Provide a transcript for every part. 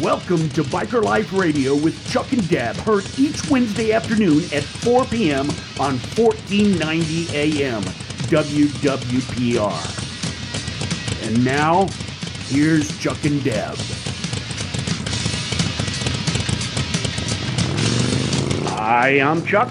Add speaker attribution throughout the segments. Speaker 1: Welcome to Biker Life Radio with Chuck and Deb, heard each Wednesday afternoon at 4 p.m. on 1490 a.m. WWPR. And now, here's Chuck and Deb. Hi, I'm Chuck.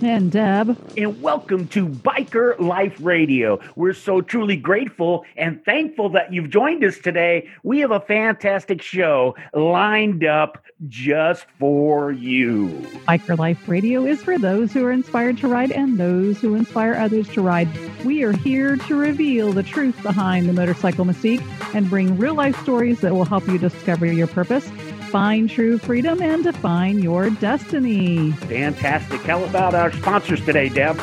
Speaker 2: And Deb,
Speaker 1: and welcome to Biker Life Radio. We're so truly grateful and thankful that you've joined us today. We have a fantastic show lined up just for you.
Speaker 2: Biker Life Radio is for those who are inspired to ride and those who inspire others to ride. We are here to reveal the truth behind the motorcycle mystique and bring real life stories that will help you discover your purpose, find true freedom, and define your destiny.
Speaker 1: Fantastic. Tell about our sponsors today, Deb.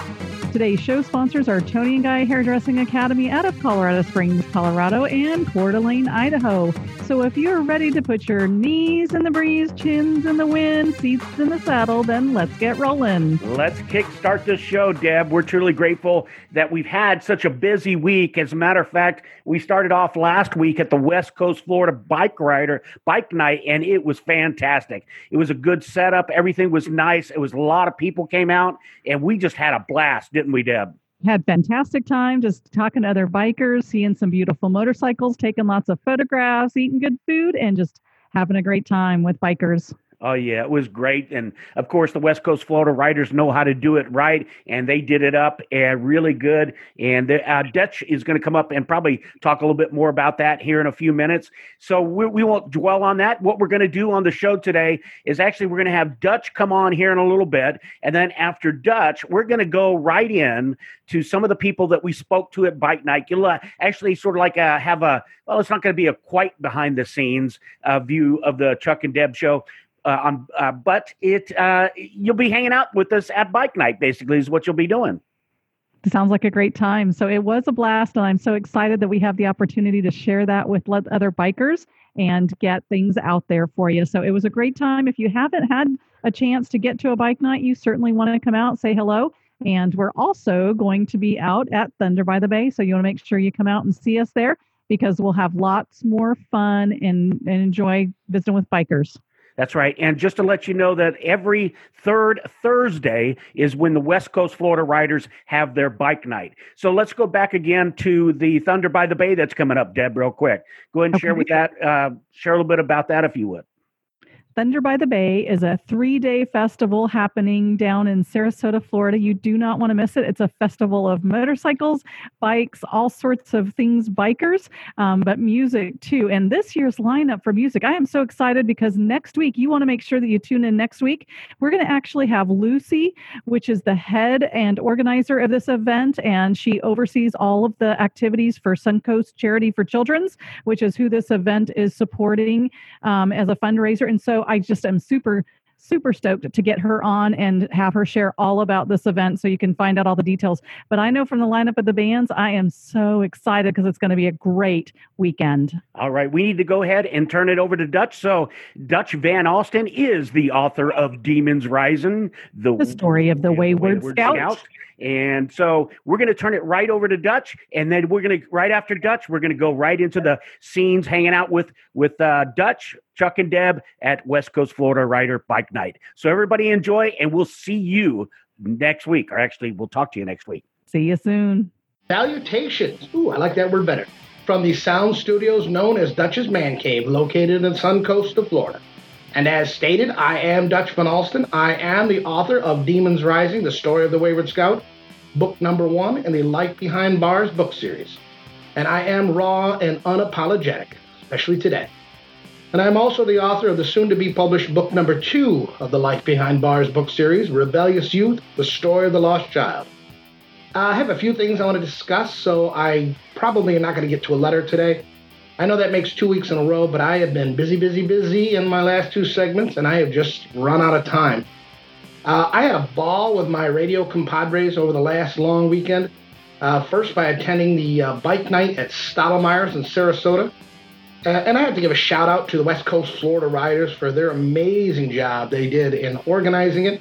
Speaker 2: Today's show sponsors are Tony and Guy Hairdressing Academy out of Colorado Springs, Colorado, and Coeur d'Alene, Idaho. So if you're ready to put your knees in the breeze, chins in the wind, seats in the saddle, then let's get rolling.
Speaker 1: Let's kickstart this show, Deb. We're truly grateful that we've had such a busy week. As a matter of fact, we started off last week at the West Coast Florida Bike Rider Bike Night, and it was fantastic. It was a good setup. Everything was nice. It was a lot of people came out, and we just had a blast, didn't we, Deb?
Speaker 2: Had fantastic time just talking to other bikers, seeing some beautiful motorcycles, taking lots of photographs, eating good food, and just having a great time with bikers.
Speaker 1: Oh yeah, it was great, and of course the West Coast Florida riders know how to do it right, and they did it up and really good. And the, uh, Dutch is going to come up and probably talk a little bit more about that here in a few minutes. So we, we won't dwell on that. What we're going to do on the show today is actually we're going to have Dutch come on here in a little bit, and then after Dutch, we're going to go right in to some of the people that we spoke to at Bike Night. You'll uh, actually sort of like uh, have a well, it's not going to be a quite behind the scenes uh, view of the Chuck and Deb show uh, on, uh, but it uh, you'll be hanging out with us at bike night. Basically, is what you'll be doing.
Speaker 2: Sounds like a great time. So it was a blast, and I'm so excited that we have the opportunity to share that with let- other bikers and get things out there for you. So it was a great time. If you haven't had a chance to get to a bike night, you certainly want to come out, say hello. And we're also going to be out at Thunder by the Bay. So you want to make sure you come out and see us there because we'll have lots more fun and, and enjoy visiting with bikers.
Speaker 1: That's right. And just to let you know that every third Thursday is when the West Coast Florida riders have their bike night. So let's go back again to the Thunder by the Bay that's coming up, Deb, real quick. Go ahead and share
Speaker 2: Okay.
Speaker 1: with that, uh, share a little bit about that if you would.
Speaker 2: Thunder by the Bay is a three day festival happening down in Sarasota, Florida. You do not want to miss it. It's a festival of motorcycles, bikes, all sorts of things, bikers, um, but music too. And this year's lineup for music, I am so excited because next week, you want to make sure that you tune in next week. We're going to actually have Lucy, which is the head and organizer of this event, and she oversees all of the activities for Suncoast Charity for Children's, which is who this event is supporting um, as a fundraiser. And so I just am super, super stoked to get her on and have her share all about this event so you can find out all the details. But I know from the lineup of the bands, I am so excited because it's going to be a great weekend.
Speaker 1: All right, we need to go ahead and turn it over to Dutch. So, Dutch Van Austin is the author of Demons Rising, the,
Speaker 2: The story of the Wayward, Scout.
Speaker 1: And so, we're going to turn it right over to Dutch, and then we're going to right after Dutch, we're going to go right into the scenes, hanging out with with uh, Dutch, Chuck, and Deb at West Coast Florida Rider Bike Night. So, everybody enjoy, and we'll see you next week, or actually, we'll talk to you next week.
Speaker 2: See you soon.
Speaker 3: Salutations. Ooh, I like that word better. From the sound studios known as Dutch's Man Cave, located in the sun coast of Florida. And as stated, I am Dutch Van Alston. I am the author of Demons Rising, The Story of the Wayward Scout, book number one in the Life Behind Bars book series. And I am raw and unapologetic, especially today. And I'm also the author of the soon to be published book number two of the Life Behind Bars book series, Rebellious Youth, The Story of the Lost Child. Uh, I have a few things I want to discuss, so I probably am not going to get to a letter today. I know that makes two weeks in a row, but I have been busy, busy, busy in my last two segments, and I have just run out of time. Uh, I had a ball with my radio compadres over the last long weekend. Uh, first, by attending the uh, bike night at Stottlemyre's in Sarasota. Uh, and I have to give a shout out to the West Coast Florida Riders for their amazing job they did in organizing it.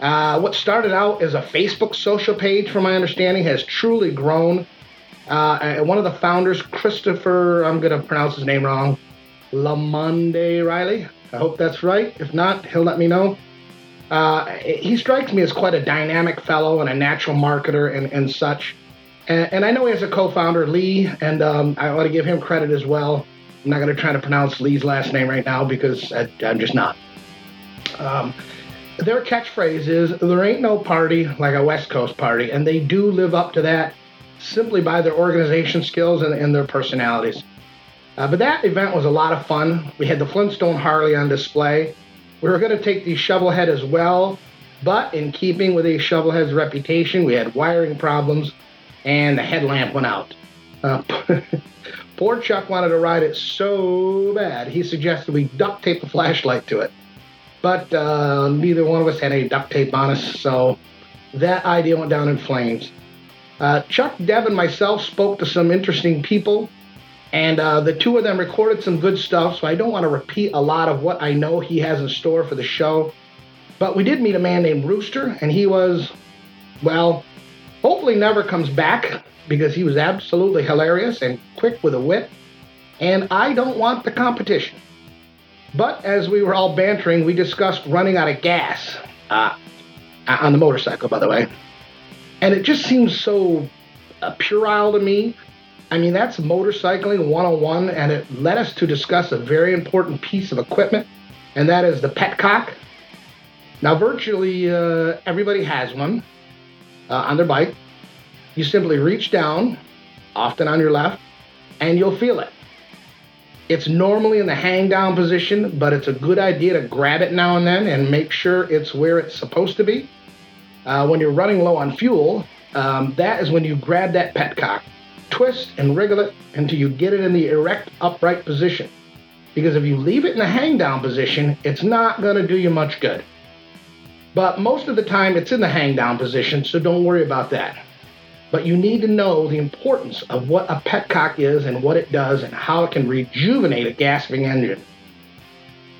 Speaker 3: Uh, what started out as a Facebook social page, from my understanding, has truly grown. Uh, and one of the founders, Christopher, I'm going to pronounce his name wrong, Lamonde Riley. I hope that's right. If not, he'll let me know. Uh, he strikes me as quite a dynamic fellow and a natural marketer and, and such. And, and I know he has a co founder, Lee, and um, I ought to give him credit as well. I'm not going to try to pronounce Lee's last name right now because I, I'm just not. Um, their catchphrase is there ain't no party like a West Coast party, and they do live up to that simply by their organization skills and, and their personalities. Uh, but that event was a lot of fun. We had the Flintstone Harley on display. We were going to take the Shovelhead as well, but in keeping with the Shovelhead's reputation, we had wiring problems and the headlamp went out. Uh, poor Chuck wanted to ride it so bad, he suggested we duct tape a flashlight to it but uh, neither one of us had any duct tape on us, so that idea went down in flames. Uh, Chuck, Deb, and myself spoke to some interesting people, and uh, the two of them recorded some good stuff, so I don't want to repeat a lot of what I know he has in store for the show. But we did meet a man named Rooster, and he was, well, hopefully never comes back because he was absolutely hilarious and quick with a wit. And I don't want the competition. But as we were all bantering, we discussed running out of gas uh, on the motorcycle, by the way. And it just seems so uh, puerile to me. I mean, that's motorcycling 101, and it led us to discuss a very important piece of equipment, and that is the petcock. Now, virtually uh, everybody has one uh, on their bike. You simply reach down, often on your left, and you'll feel it. It's normally in the hang down position, but it's a good idea to grab it now and then and make sure it's where it's supposed to be. Uh, when you're running low on fuel, um, that is when you grab that petcock, twist and wriggle it until you get it in the erect, upright position. Because if you leave it in the hang down position, it's not going to do you much good. But most of the time, it's in the hang down position, so don't worry about that but you need to know the importance of what a petcock is and what it does and how it can rejuvenate a gasping engine.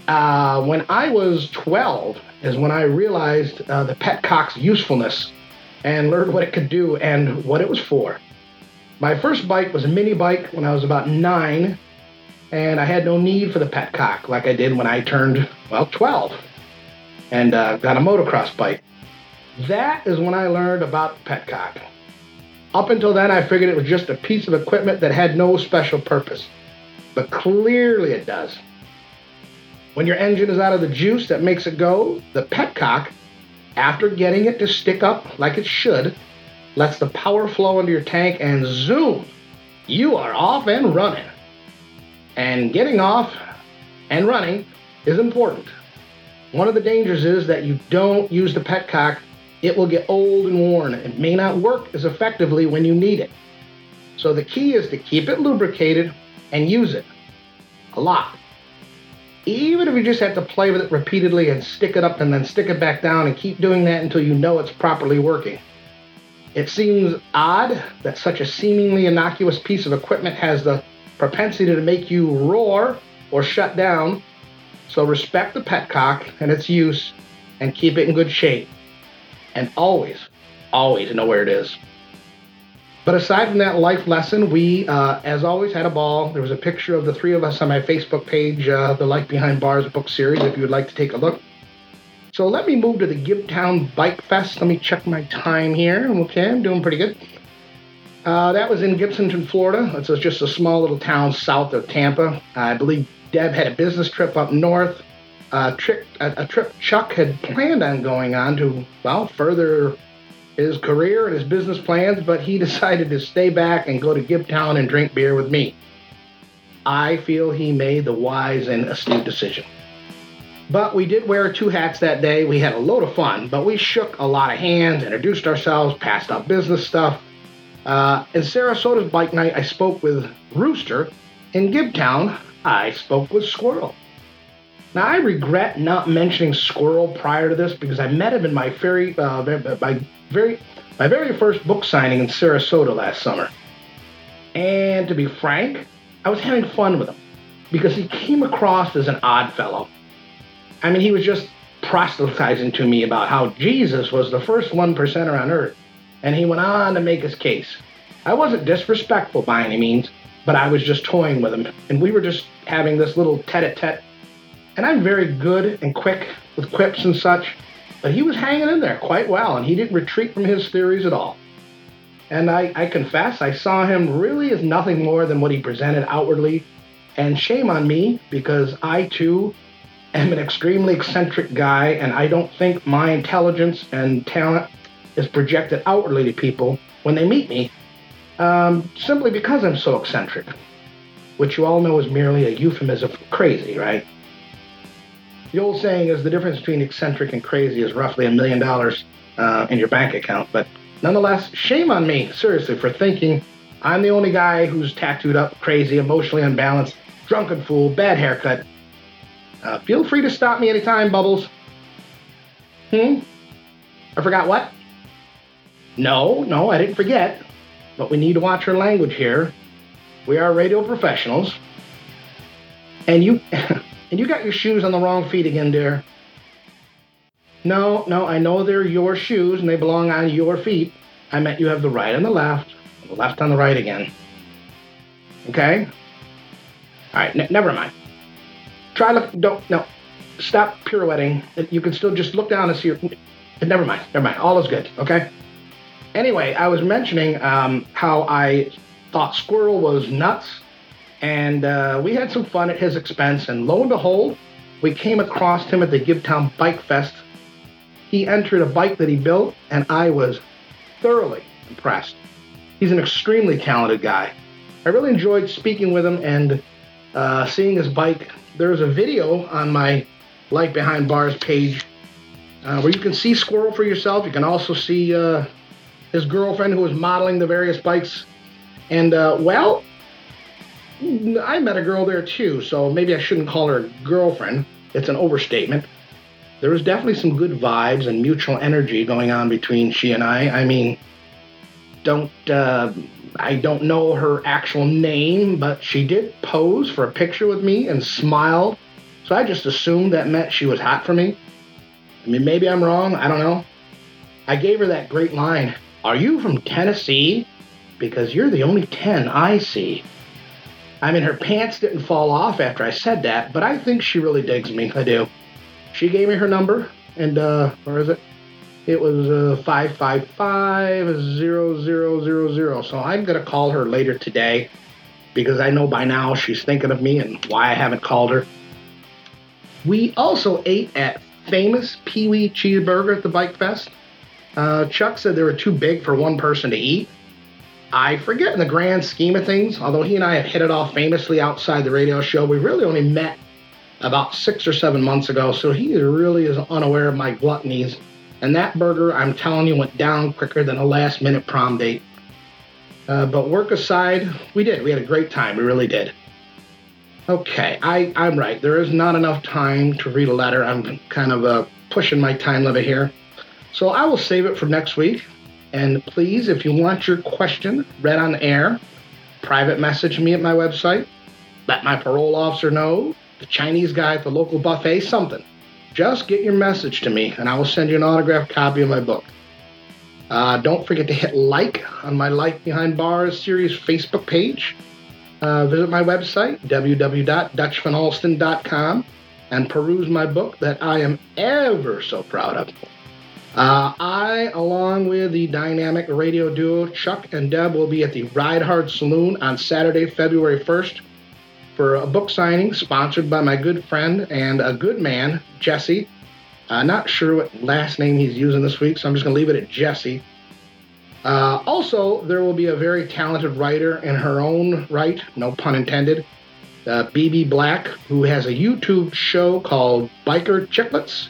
Speaker 3: Uh, when I was 12 is when I realized uh, the petcock's usefulness and learned what it could do and what it was for. My first bike was a mini bike when I was about nine, and I had no need for the petcock like I did when I turned, well, 12 and uh, got a motocross bike. That is when I learned about petcock. Up until then, I figured it was just a piece of equipment that had no special purpose. But clearly it does. When your engine is out of the juice that makes it go, the petcock, after getting it to stick up like it should, lets the power flow into your tank and zoom, you are off and running. And getting off and running is important. One of the dangers is that you don't use the petcock it will get old and worn. It may not work as effectively when you need it. So the key is to keep it lubricated and use it a lot. Even if you just have to play with it repeatedly and stick it up and then stick it back down and keep doing that until you know it's properly working. It seems odd that such a seemingly innocuous piece of equipment has the propensity to make you roar or shut down. So respect the petcock and its use and keep it in good shape and always, always know where it is. But aside from that life lesson, we, uh, as always, had a ball. There was a picture of the three of us on my Facebook page, uh, the Life Behind Bars book series, if you would like to take a look. So let me move to the Gibtown Bike Fest. Let me check my time here. Okay, I'm doing pretty good. Uh, that was in Gibsonton, Florida. It's just a small little town south of Tampa. I believe Deb had a business trip up north. Uh, trip, a, a, trip Chuck had planned on going on to, well, further his career and his business plans, but he decided to stay back and go to Gibtown and drink beer with me. I feel he made the wise and astute decision. But we did wear two hats that day. We had a load of fun, but we shook a lot of hands, introduced ourselves, passed out business stuff. Uh, in Sarasota's bike night, I spoke with Rooster. In Gibtown, I spoke with Squirrel. Now I regret not mentioning Squirrel prior to this because I met him in my very uh, my very my very first book signing in Sarasota last summer. And to be frank, I was having fun with him because he came across as an odd fellow. I mean, he was just proselytizing to me about how Jesus was the first one percenter on earth, and he went on to make his case. I wasn't disrespectful by any means, but I was just toying with him. And we were just having this little tete a tete. And I'm very good and quick with quips and such, but he was hanging in there quite well, and he didn't retreat from his theories at all. And I, I confess, I saw him really as nothing more than what he presented outwardly. And shame on me, because I too am an extremely eccentric guy, and I don't think my intelligence and talent is projected outwardly to people when they meet me, um, simply because I'm so eccentric, which you all know is merely a euphemism for crazy, right? The old saying is the difference between eccentric and crazy is roughly a million dollars uh, in your bank account, but nonetheless, shame on me, seriously, for thinking I'm the only guy who's tattooed up, crazy, emotionally unbalanced, drunken fool, bad haircut. Uh, feel free to stop me anytime, Bubbles. Hmm? I forgot what? No, no, I didn't forget. But we need to watch our language here. We are radio professionals. And you and you got your shoes on the wrong feet again, dear. No, no, I know they're your shoes and they belong on your feet. I meant you have the right and the left, and the left on the right again. Okay? All right, ne- never mind. Try look. Don't no. Stop pirouetting. You can still just look down and see your. Never mind. Never mind. All is good. Okay anyway, I was mentioning um, how I thought Squirrel was nuts, and uh, we had some fun at his expense. And lo and behold, we came across him at the Givetown Bike Fest. He entered a bike that he built, and I was thoroughly impressed. He's an extremely talented guy. I really enjoyed speaking with him and uh, seeing his bike. There's a video on my Life Behind Bars page uh, where you can see Squirrel for yourself. You can also see uh, his girlfriend who was modeling the various bikes. And, uh, well, I met a girl there too, so maybe I shouldn't call her girlfriend. It's an overstatement. There was definitely some good vibes and mutual energy going on between she and I. I mean, don't, uh, I don't know her actual name, but she did pose for a picture with me and smiled. So I just assumed that meant she was hot for me. I mean, maybe I'm wrong. I don't know. I gave her that great line. Are you from Tennessee? Because you're the only 10 I see. I mean, her pants didn't fall off after I said that, but I think she really digs me. I do. She gave me her number, and, uh, where is it? It was uh, 555-0000, so I'm going to call her later today because I know by now she's thinking of me and why I haven't called her. We also ate at Famous Pee Wee Cheeseburger at the Bike Fest. Uh, Chuck said they were too big for one person to eat. I forget in the grand scheme of things, although he and I have hit it off famously outside the radio show, we really only met about six or seven months ago, so he really is unaware of my gluttonies. And that burger, I'm telling you, went down quicker than a last minute prom date. Uh, but work aside, we did. We had a great time. We really did. Okay, I, I'm right. There is not enough time to read a letter. I'm kind of uh, pushing my time limit here. So I will save it for next week. And please, if you want your question read on air, private message me at my website. Let my parole officer know, the Chinese guy at the local buffet, something. Just get your message to me, and I will send you an autographed copy of my book. Uh, don't forget to hit like on my Life Behind Bars series Facebook page. Uh, visit my website, www.dutchvanalston.com, and peruse my book that I am ever so proud of. Uh, I, along with the dynamic radio duo Chuck and Deb, will be at the Ride Hard Saloon on Saturday, February 1st for a book signing sponsored by my good friend and a good man, Jesse. Uh, not sure what last name he's using this week, so I'm just going to leave it at Jesse. Uh, also, there will be a very talented writer in her own right, no pun intended, uh, BB Black, who has a YouTube show called Biker Chicklets.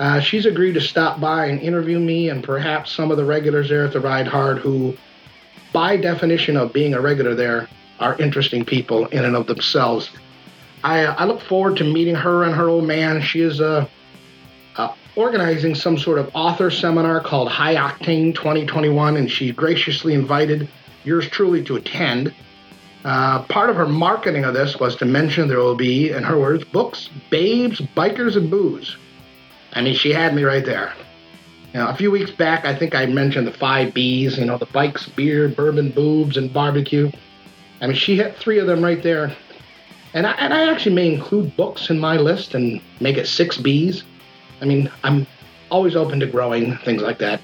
Speaker 3: Uh, she's agreed to stop by and interview me and perhaps some of the regulars there at the Ride Hard, who, by definition of being a regular there, are interesting people in and of themselves. I, uh, I look forward to meeting her and her old man. She is uh, uh, organizing some sort of author seminar called High Octane 2021, and she graciously invited yours truly to attend. Uh, part of her marketing of this was to mention there will be, in her words, books, babes, bikers, and booze. I mean, she had me right there. You know, a few weeks back, I think I mentioned the five B's, you know, the bikes, beer, bourbon, boobs, and barbecue. I mean, she hit three of them right there. And I, and I actually may include books in my list and make it six Bs. I mean, I'm always open to growing things like that.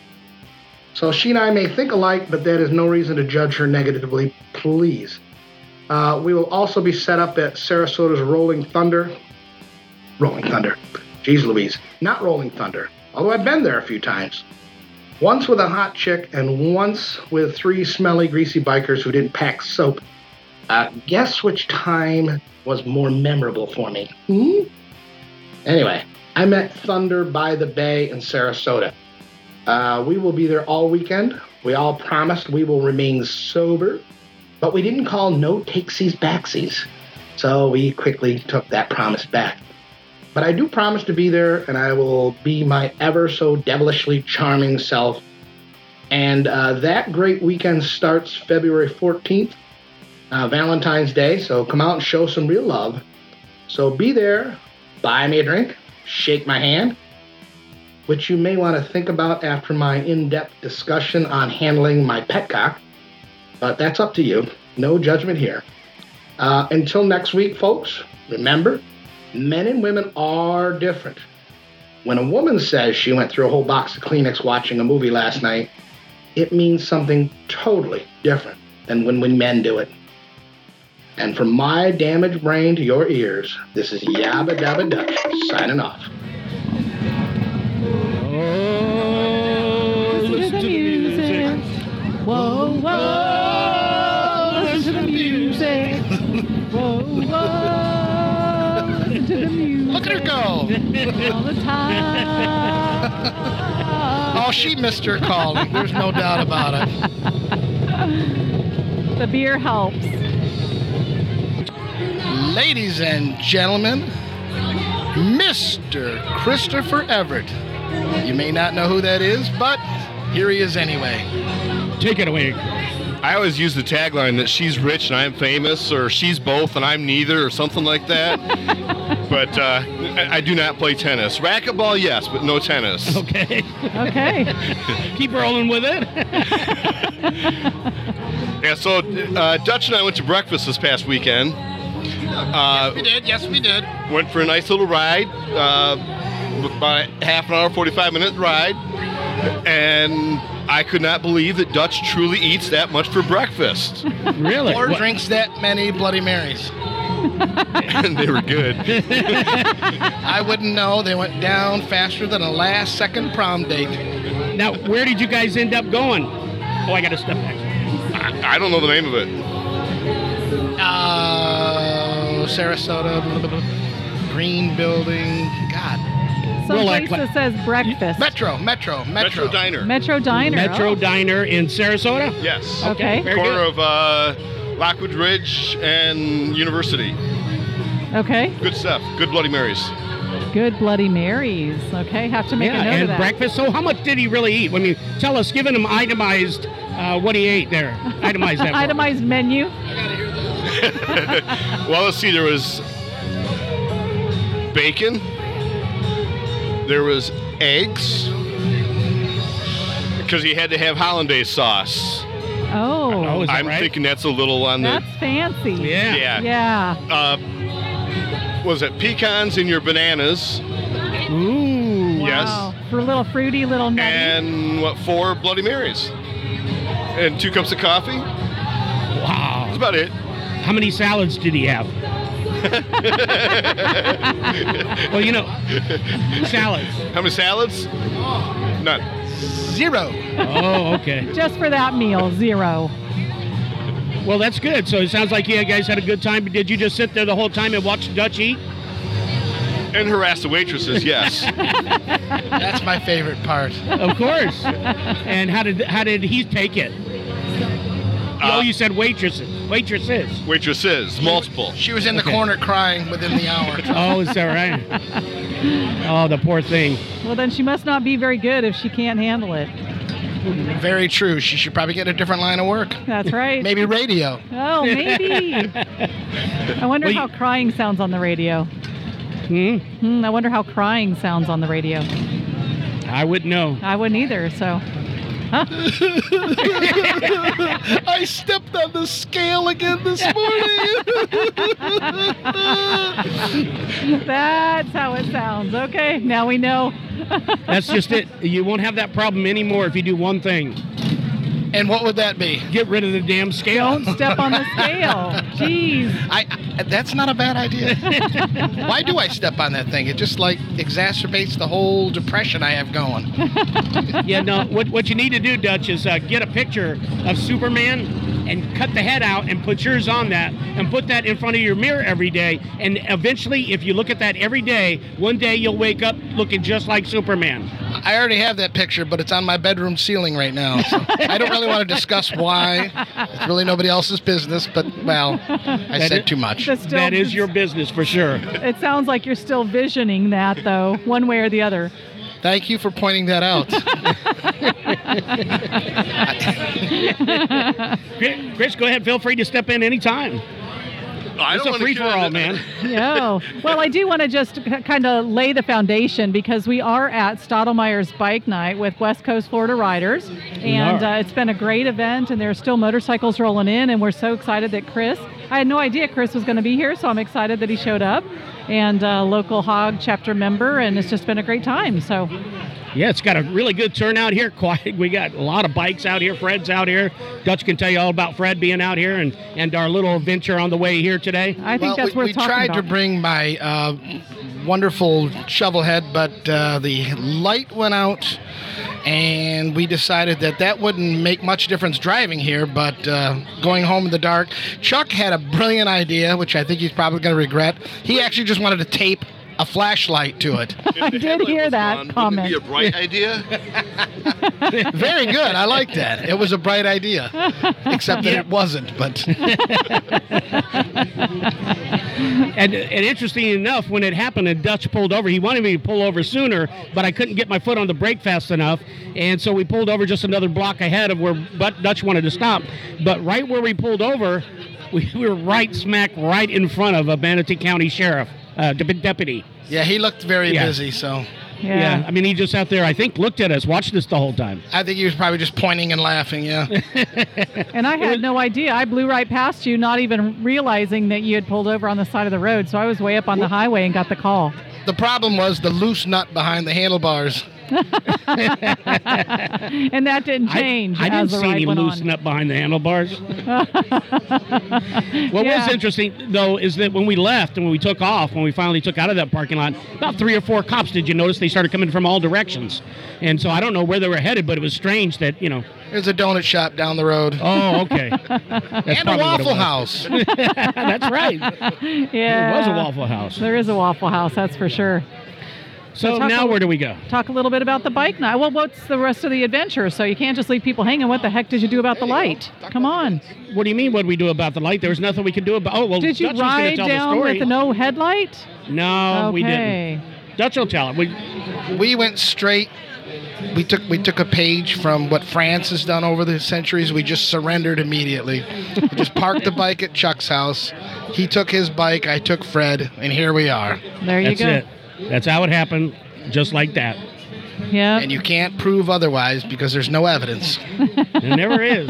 Speaker 3: So she and I may think alike, but that is no reason to judge her negatively, please. Uh, we will also be set up at Sarasota's Rolling Thunder. Rolling Thunder. Jeez Louise. Not Rolling Thunder. Although I've been there a few times. Once with a hot chick and once with three smelly, greasy bikers who didn't pack soap. Uh, guess which time was more memorable for me? Hmm? Anyway, I met Thunder by the Bay in Sarasota. Uh, we will be there all weekend. We all promised we will remain sober, but we didn't call no takesies backsies. So we quickly took that promise back. But I do promise to be there, and I will be my ever so devilishly charming self. And uh, that great weekend starts February 14th, uh, Valentine's Day. So come out and show some real love. So be there, buy me a drink, shake my hand, which you may want to think about after my in depth discussion on handling my petcock. But that's up to you. No judgment here. Uh, until next week, folks, remember men and women are different. When a woman says she went through a whole box of Kleenex watching a movie last night, it means something totally different than when we men do it. And from my damaged brain to your ears, this is Yabba Dabba Dutch signing off.
Speaker 4: Oh, listen to the music.
Speaker 2: Whoa, whoa, listen to the music. Whoa, whoa, listen to the music.
Speaker 4: Look at her go.
Speaker 2: All the time.
Speaker 4: Oh, she missed her calling. There's no doubt about it.
Speaker 2: The beer helps.
Speaker 4: Ladies and gentlemen, Mr. Christopher Everett. You may not know who that is, but here he is anyway.
Speaker 5: Take it away.
Speaker 6: I always use the tagline that she's rich and I'm famous, or she's both and I'm neither, or something like that. but uh, I, I do not play tennis. Racquetball, yes, but no tennis.
Speaker 5: Okay.
Speaker 2: Okay.
Speaker 5: Keep rolling with it.
Speaker 6: Yeah, so uh, Dutch and I went to breakfast this past weekend. Uh,
Speaker 4: We did, yes, we did.
Speaker 6: went for a nice little ride, uh, about a half an hour, 45 minute ride, and I could not believe that Dutch truly eats that much for breakfast.
Speaker 5: Really?
Speaker 4: Or
Speaker 5: What-
Speaker 4: drinks that many Bloody Marys.
Speaker 6: and they were good.
Speaker 4: I wouldn't know. They went down faster than a last second prom date.
Speaker 5: Now, where did you guys end up going? Oh, I got to step back.
Speaker 6: I, I don't know the name of it.
Speaker 4: Uh, Sarasota, blah, blah, blah, green building. God.
Speaker 2: Some
Speaker 5: We'll act
Speaker 2: place
Speaker 5: like-
Speaker 2: that says breakfast.
Speaker 4: Metro, Metro, Metro.
Speaker 6: Metro Diner.
Speaker 2: Metro Diner.
Speaker 5: Metro
Speaker 2: oh.
Speaker 5: Diner in Sarasota?
Speaker 6: yes.
Speaker 2: Okay.
Speaker 5: Very
Speaker 6: Corner
Speaker 5: good.
Speaker 6: of uh, Lockwood Ridge and University.
Speaker 2: Okay.
Speaker 6: Good stuff. Good Bloody Marys.
Speaker 2: Good Bloody Marys. Okay. Have to make
Speaker 5: yeah,
Speaker 2: a note
Speaker 5: and
Speaker 2: of that.
Speaker 5: breakfast. So, how much did he really eat? I mean, tell us, giving him itemized uh, what he ate there. Itemize that. for us.
Speaker 2: Itemized menu.
Speaker 6: well, let's see. There was bacon. There was eggs. Because he had to have hollandaise sauce.
Speaker 2: Oh,
Speaker 5: Is that
Speaker 6: I'm
Speaker 5: right?
Speaker 6: thinking that's a little on the.
Speaker 2: that's fancy.
Speaker 5: Yeah.
Speaker 6: yeah.
Speaker 2: Yeah.
Speaker 6: Uh, was it pecans in your bananas?
Speaker 5: Ooh.
Speaker 6: Yes.
Speaker 2: Wow. For a little fruity, little nutty.
Speaker 6: And what? Four Bloody Marys. And two cups of coffee. That's
Speaker 5: Wow.
Speaker 6: about it.
Speaker 5: How many salads did he have? well, you know, salads.
Speaker 6: How many salads? None.
Speaker 4: Zero.
Speaker 5: Oh, okay.
Speaker 2: Just for that meal, zero.
Speaker 5: Well, that's good. So it sounds like you guys had a good time. But did you just sit there the whole time and watch Dutch eat?
Speaker 6: And harass the waitresses, yes.
Speaker 4: That's my favorite part.
Speaker 5: Of course. and how did how did he take it? oh, you said waitresses. Waitresses.
Speaker 6: waitresses, multiple.
Speaker 4: She was in the
Speaker 5: Okay.
Speaker 4: corner crying within the hour.
Speaker 5: Oh, is that right? Oh, the poor thing.
Speaker 2: Well, then she must not be very good if she can't handle it.
Speaker 4: Very true. She should probably get a different line of work.
Speaker 2: That's right.
Speaker 4: Maybe radio.
Speaker 2: Oh, maybe. I wonder
Speaker 5: Well,
Speaker 2: how
Speaker 5: you-
Speaker 2: crying sounds on the radio.
Speaker 5: Hmm.
Speaker 2: Hmm, I wonder how crying sounds on the radio.
Speaker 5: I wouldn't know.
Speaker 2: I wouldn't either. So
Speaker 3: I stepped on the scale again this morning.
Speaker 2: That's how it sounds. Okay, now we know.
Speaker 5: That's just it. You won't have that problem anymore if you do one thing.
Speaker 3: and what would that be?
Speaker 5: Get rid of the damn scale.
Speaker 2: Don't step on the scale. Jeez.
Speaker 3: I, I that's not a bad idea. Why do I step on that thing? It just like exacerbates the whole depression I have going.
Speaker 5: yeah, no. What what you need to do, Dutch, is uh, get a picture of Superman and cut the head out and put yours on that and put that in front of your mirror every day. And eventually, if you look at that every day, one day you'll wake up looking just like Superman.
Speaker 3: I already have that picture, but it's on my bedroom ceiling right now. So I don't really want to discuss why. It's really nobody else's business, but well, I
Speaker 5: That
Speaker 3: said
Speaker 5: is-
Speaker 3: too much.
Speaker 2: Just still-
Speaker 5: that is your business for sure.
Speaker 2: It sounds like you're still visioning that, though, one way or the other.
Speaker 3: Thank you for pointing that out.
Speaker 5: Chris, Chris, go ahead. Feel free to step in anytime.
Speaker 6: I
Speaker 5: It's
Speaker 6: don't
Speaker 5: a
Speaker 6: wanna
Speaker 5: free for
Speaker 6: hear
Speaker 5: all,
Speaker 6: that.
Speaker 5: man.
Speaker 2: No. Well, I do want to just kind of lay the foundation because we are at Stottlemyre's Bike Night with West Coast Florida Riders. And
Speaker 5: are.
Speaker 2: uh, it's been a great event, and there's still motorcycles rolling in. And we're so excited that Chris, I had no idea Chris was going to be here, so I'm excited that he showed up and uh, local hog chapter member. And it's just been a great time. So,
Speaker 5: Yeah, it's got a really good turnout here. Quiet. We got a lot of bikes out here. Fred's out here. Dutch can tell you all about Fred being out here and, and our little adventure on the way here today.
Speaker 2: I think
Speaker 3: well,
Speaker 2: that's
Speaker 3: we,
Speaker 2: worth
Speaker 3: we
Speaker 2: talking
Speaker 3: tried
Speaker 2: about.
Speaker 3: to bring my uh, wonderful shovel head, but uh, the light went out, and we decided that that wouldn't make much difference driving here. But uh, going home in the dark, Chuck had a brilliant idea, which I think he's probably going to regret. He actually just wanted to tape a flashlight to it.
Speaker 6: If
Speaker 2: I
Speaker 6: the
Speaker 2: did
Speaker 6: headlight
Speaker 2: hear
Speaker 6: was
Speaker 2: that
Speaker 6: on, wouldn't
Speaker 2: comment.
Speaker 6: It be a bright idea.
Speaker 3: Very good. I like that. It was a bright idea, except that it wasn't. But
Speaker 5: And, and interesting enough, when it happened and Dutch pulled over, he wanted me to pull over sooner, but I couldn't get my foot on the brake fast enough. And so we pulled over just another block ahead of where but Dutch wanted to stop. But right where we pulled over, we were right smack right in front of a Manatee County Sheriff, uh, de- deputy.
Speaker 3: yeah, he looked very
Speaker 5: Yeah.
Speaker 3: busy, so
Speaker 5: Yeah.
Speaker 2: yeah.
Speaker 5: I mean, he just out there, I think, looked at us, watched us the whole time.
Speaker 3: I think he was probably just pointing and laughing. Yeah.
Speaker 2: And I had no idea. I blew right past you, not even realizing that you had pulled over on the side of the road. So I was way up on the highway and got the call.
Speaker 3: The problem was the loose nut behind the handlebars.
Speaker 2: And that didn't change
Speaker 5: I, I didn't
Speaker 2: as the
Speaker 5: see
Speaker 2: ride
Speaker 5: any
Speaker 2: went
Speaker 5: loosen
Speaker 2: on.
Speaker 5: up behind the handlebars. what
Speaker 2: Yeah.
Speaker 5: was interesting though is that when we left and when we took off, when we finally took out of that parking lot, about three or four cops. Did you notice they started coming from all directions? And so I don't know where they were headed, but it was strange that you know.
Speaker 3: There's a donut shop down the road.
Speaker 5: Oh, okay. That's
Speaker 3: and a
Speaker 5: probably what it
Speaker 3: Waffle
Speaker 5: was.
Speaker 3: House.
Speaker 5: That's right.
Speaker 2: Yeah.
Speaker 5: It was a Waffle House.
Speaker 2: There is a Waffle House, that's for sure.
Speaker 5: So
Speaker 2: talk
Speaker 5: now
Speaker 2: a-
Speaker 5: where do we go?
Speaker 2: Talk a little bit about the bike night. Well, what's the rest of the adventure? So you can't just leave people hanging. What the heck did you do about the light? Come on.
Speaker 5: What do you mean? What do we do about the light? There was nothing we could do about. Oh well,
Speaker 2: Did you
Speaker 5: Dutch was gonna
Speaker 2: ride
Speaker 5: tell
Speaker 2: down
Speaker 5: the story.
Speaker 2: with a no headlight?
Speaker 5: No, we didn't.
Speaker 2: Okay.
Speaker 5: Dutch will tell it. We,
Speaker 3: We went straight. We took we took a page from what France has done over the centuries. We just surrendered immediately. We just parked the bike at Chuck's house. He took his bike. I took Fred, and here we are.
Speaker 2: There you
Speaker 5: That's
Speaker 2: go.
Speaker 5: it. That's how it happened, just like that.
Speaker 2: Yeah.
Speaker 3: And you can't prove otherwise because there's no evidence.
Speaker 5: There never is.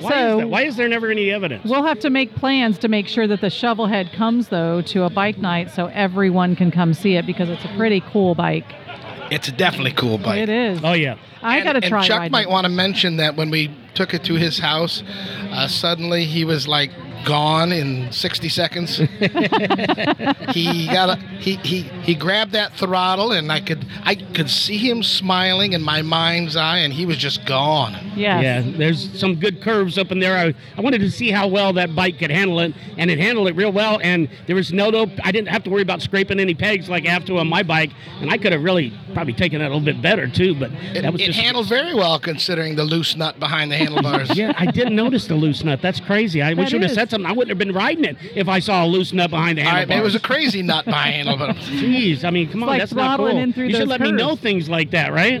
Speaker 5: Why,
Speaker 2: So-
Speaker 5: is that? Why is there never any evidence?
Speaker 2: We'll have to make plans to make sure that the Shovelhead comes, though, to a bike night so everyone can come see it because it's a pretty cool bike.
Speaker 3: It's a definitely cool bike.
Speaker 2: It is.
Speaker 5: oh yeah,
Speaker 2: I got to
Speaker 3: and
Speaker 2: try
Speaker 3: Chuck
Speaker 2: riding
Speaker 3: might
Speaker 2: it.
Speaker 3: want to mention that when we took it to his house, uh, suddenly he was like gone in 60 seconds. he got a, he, he he grabbed that throttle and I could I could see him smiling in my mind's eye and he was just gone.
Speaker 2: Yes.
Speaker 5: yeah. There's some good curves up in there. I, I wanted to see how well that bike could handle it, and it handled it real well. And there was no no. I didn't have to worry about scraping any pegs like I have to on my bike, and I could have really probably taken that a little bit better too. But
Speaker 3: It,
Speaker 5: that was
Speaker 3: it
Speaker 5: just.
Speaker 3: handled very well considering the loose nut behind the handlebars.
Speaker 5: yeah, I didn't notice the loose nut. That's crazy. I
Speaker 2: That
Speaker 5: wish you would have
Speaker 2: is.
Speaker 5: said something. I wouldn't have been riding it if I saw a loose nut behind the
Speaker 3: All right,
Speaker 5: handlebars.
Speaker 3: man, it was a crazy nut behind the handlebars.
Speaker 5: Jeez, I mean, come on,
Speaker 2: like
Speaker 5: that's not cool.
Speaker 2: throttling in through
Speaker 5: you
Speaker 2: those
Speaker 5: should let me know
Speaker 2: curves.
Speaker 5: things like that, right? I